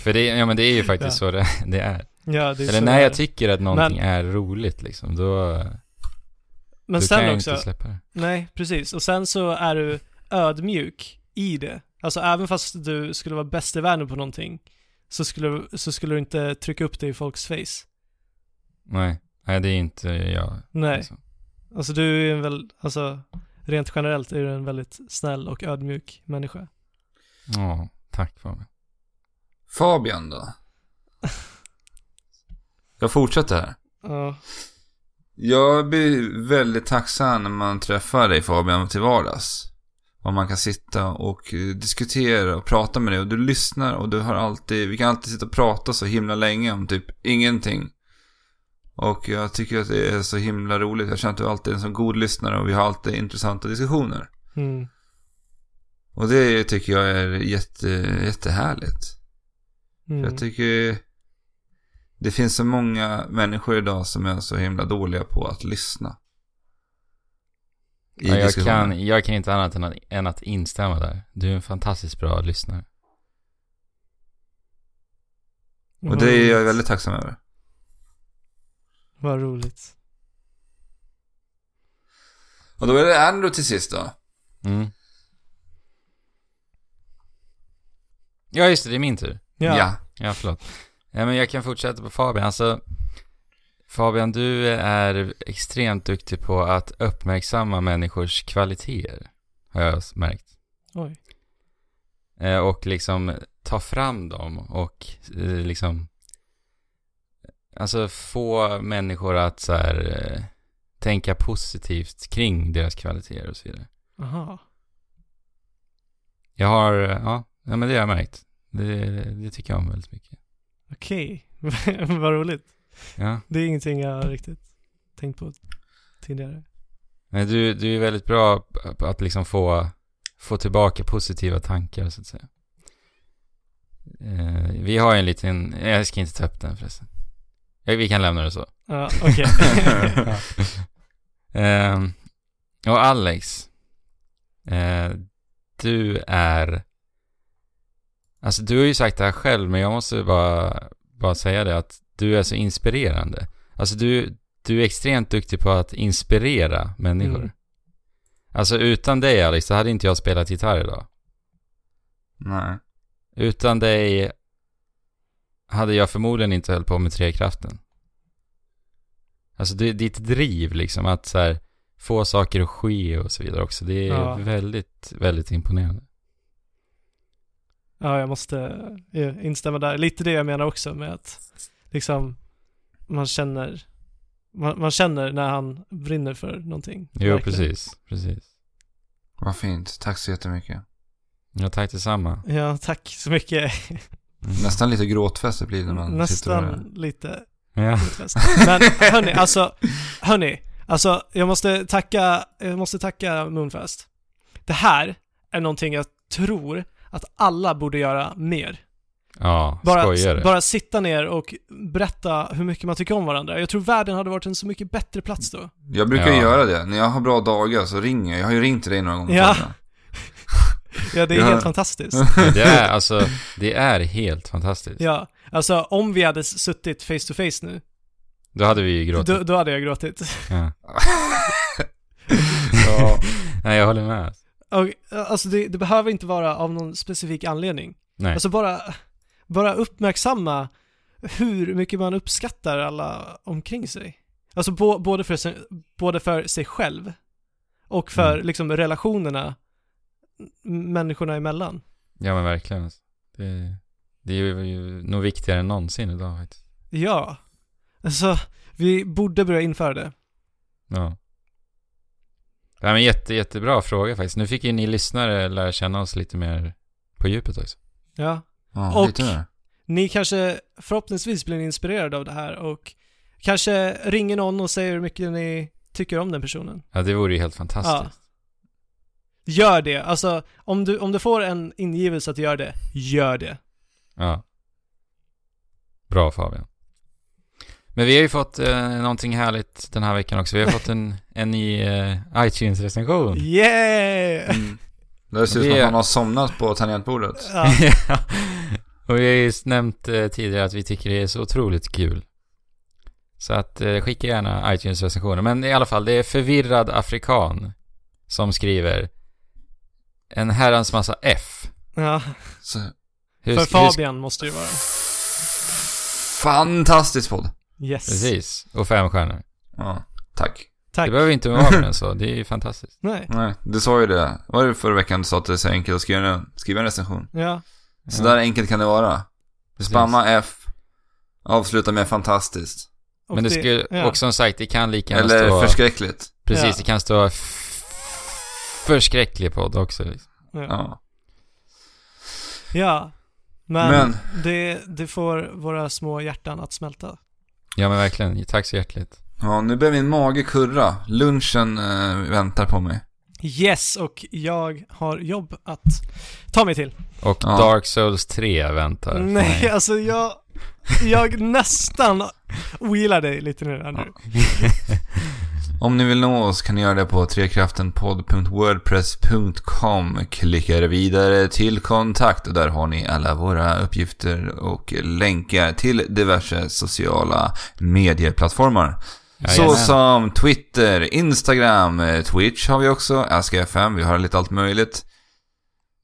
För det, ja, men det är ju faktiskt så det, <laughs> det är.
ja, det är
Eller
så
när
det
jag
är.
tycker att någonting är roligt liksom, då, då
Men
kan
sen
jag
också,
inte släppa det.
nej precis. Och sen så är du ödmjuk i det. Alltså även fast du skulle vara bäst i världen på någonting så skulle, så skulle du inte trycka upp det i folks face.
Nej, nej det är inte jag.
Nej.
Liksom.
Alltså du är en väl, alltså rent generellt är du en väldigt snäll och ödmjuk människa.
Ja, tack Fabian.
Fabian då? Jag fortsätter här.
Ja,
Jag blir väldigt tacksam när man träffar dig Fabian till vardags. Och man kan sitta och eh, diskutera och prata med dig. Och du lyssnar och du har alltid, vi kan alltid sitta och prata så himla länge om typ ingenting. Och jag tycker att det är så himla roligt. Jag känner att du alltid är en så god lyssnare och vi har alltid intressanta diskussioner.
mm.
Och det tycker jag är jätte, jättehärligt.
Mm.
Jag tycker det finns så många människor idag som är så himla dåliga på att lyssna. I
Ja, jag,
diskussioner.
kan, jag kan inte annat än att, än att instämma där. Du är en fantastiskt bra lyssnare.
Och det är
Mm.
jag väldigt tacksam över.
Vad roligt.
Och då är det Andrew till sist då.
Mm. Ja, just det, det är min tur.
Ja.
Ja, förlåt. Nej, men jag kan fortsätta på Fabian. Alltså, Fabian, du är extremt duktig på att uppmärksamma människors kvaliteter, har jag s- märkt.
Oj.
Eh, och liksom ta fram dem och eh, liksom Alltså få människor att så här, eh, tänka positivt kring deras kvaliteter och så vidare.
Aha.
Jag har, eh, ja, ja men det har jag märkt. Det, det tycker jag om väldigt mycket.
Okej. <laughs> Vad roligt.
Ja.
Det är ingenting jag riktigt tänkt på tidigare.
Men du, du är väldigt bra på- på att liksom få, få tillbaka positiva tankar så att säga. Eh, vi har ju en liten, nej, jag ska inte ta upp den förresten. Ja, vi kan lämna det så.
Ja, <laughs> okej.
<laughs> Ehm, och Alex, eh, du är... Alltså du har ju sagt det här själv, men jag måste bara, bara säga det att du är så inspirerande. Alltså du, du är extremt duktig på att inspirera människor.
Mm.
Alltså utan dig Alex, så hade inte jag spelat gitarr idag.
Nej.
Utan dig hade jag förmodligen inte höll på med trekraften. Alltså det, ditt driv liksom att så här, få saker att ske och så vidare också. Det är
Ja.
väldigt, väldigt imponerande.
Ja, jag måste eh, instämma där. Lite det jag menar också med att liksom man känner man, man känner när han brinner för någonting.
Jo,
Verkligen.
precis. precis.
Vad fint. Tack så jättemycket.
Ja, tack detsamma.
Ja, tack så mycket.
Nästan lite gråtfest det blir när man sitter där.
Nästan lite
Ja.
fest. Men hörni, alltså, hörni, alltså jag måste tacka, jag måste tacka Moonfest. Det här är någonting jag tror att alla borde göra mer.
Ja, skojar
Bara,
du?
bara sitta ner och berätta hur mycket man tycker om varandra. Jag tror världen hade varit en så mycket bättre plats då.
Jag brukar ju
Ja.
göra det. När jag har bra dagar så ringer jag. Jag har ju ringt till dig några gånger.
Ja.
Fabian.
Ja, det är
Ja.
helt
<laughs>
fantastiskt.
Men Det är, alltså, det är helt fantastiskt.
Ja, alltså om vi hade s- suttit face to face nu,
Då hade vi ju gråtit.
då, då hade jag gråtit.
Ja.
ja.
Nej, jag håller med.
Och, eh, alltså det, det behöver inte vara av någon specifik anledning.
Nej.
Alltså bara, bara uppmärksamma hur mycket man uppskattar alla omkring sig. Alltså bå- både, för, sig- både för sig själv och för
Mm.
liksom relationerna m- människorna emellan.
Ja, men verkligen. alltså. Det, det är ju, ju nog viktigare än någonsin idag faktiskt.
Ja, alltså vi borde börja införa det.
Ja. Ja, men jätte, jättebra fråga faktiskt. Nu fick ju ni lyssnare lära känna oss lite mer på djupet också.
Ja.
ja
Och-
lite mer.
Ni kanske förhoppningsvis blir inspirerade av det här och kanske ringer någon och säger hur mycket ni tycker om den personen.
Ja, det vore ju helt fantastiskt.
Gör det, alltså om du, om du får en ingivelse att göra det, gör det.
Ja. Bra Fabian. Men vi har ju fått eh, någonting härligt den här veckan också. Vi har fått en, en ny eh,
<laughs>
iTunes-recension.
Yeah!
Mm. Det ser ut som
Det-
att man har somnat på tangentbordet.
Ja,
Ja. <laughs> och vi har ju nämnt eh, tidigare att vi tycker det är så otroligt kul. Så att eh, skicka gärna iTunes-recensioner. Men i alla fall, det är förvirrad afrikan som skriver en herrans massa F.
ja.
Så...
Hur,
för
hur-
Fabian måste det ju vara.
Fantastisk podd.
Yes.
Precis, och fem stjärnor.
Ja, tack.
Tack.
Det behöver inte vara mer än så, det är ju fantastiskt.
Nej,
Nej, du sa ju det. Var det förra veckan du sa att det är så enkelt att skriva en, skriva en recension?
ja.
Så
Ja.
där enkelt kan det vara.
Precis.
<laughs> Spamma F. Avsluta med fantastiskt.
Och
Men det skulle,
ja.
och som sagt, det kan lika gärna
Eller
stå...
förskräckligt.
Precis,
Ja.
det kan stå f- förskräcklig podd också. Liksom.
Ja.
Ja.
ja. Men,
Men-
Det, det får våra små hjärtan att smälta.
Ja men verkligen, tack så hjärtligt.
ja, nu börjar min mage kurra. Lunchen eh, väntar på mig.
Yes, och jag har jobb att ta mig till.
Och
Ja.
Dark Souls 3 väntar.
Nej, <laughs> alltså jag, jag nästan ogillar dig lite nu Andrew.
Om ni vill nå oss kan ni göra det på trekraftenpodd.wordpress.com. Klicka er vidare till kontakt och där har ni alla våra uppgifter och länkar till diverse sociala medieplattformar. Så
Jajamän.
som Twitter, Instagram, eh, Twitch har vi också, AskFM, vi har lite allt möjligt.
Ja,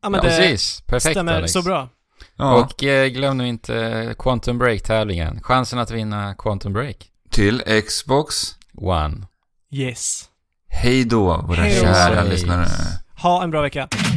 Ja,
men det
precis, perfekt
stämmer
Alex.
så bra.
Ja,
Och eh, glöm nu inte Quantum Break-tävlingen. Chansen att vinna Quantum Break.
till Xbox.
One.
Yes.
Hej då, våra
Hej då.
kära
Hej.
lyssnare.
Ha en bra vecka.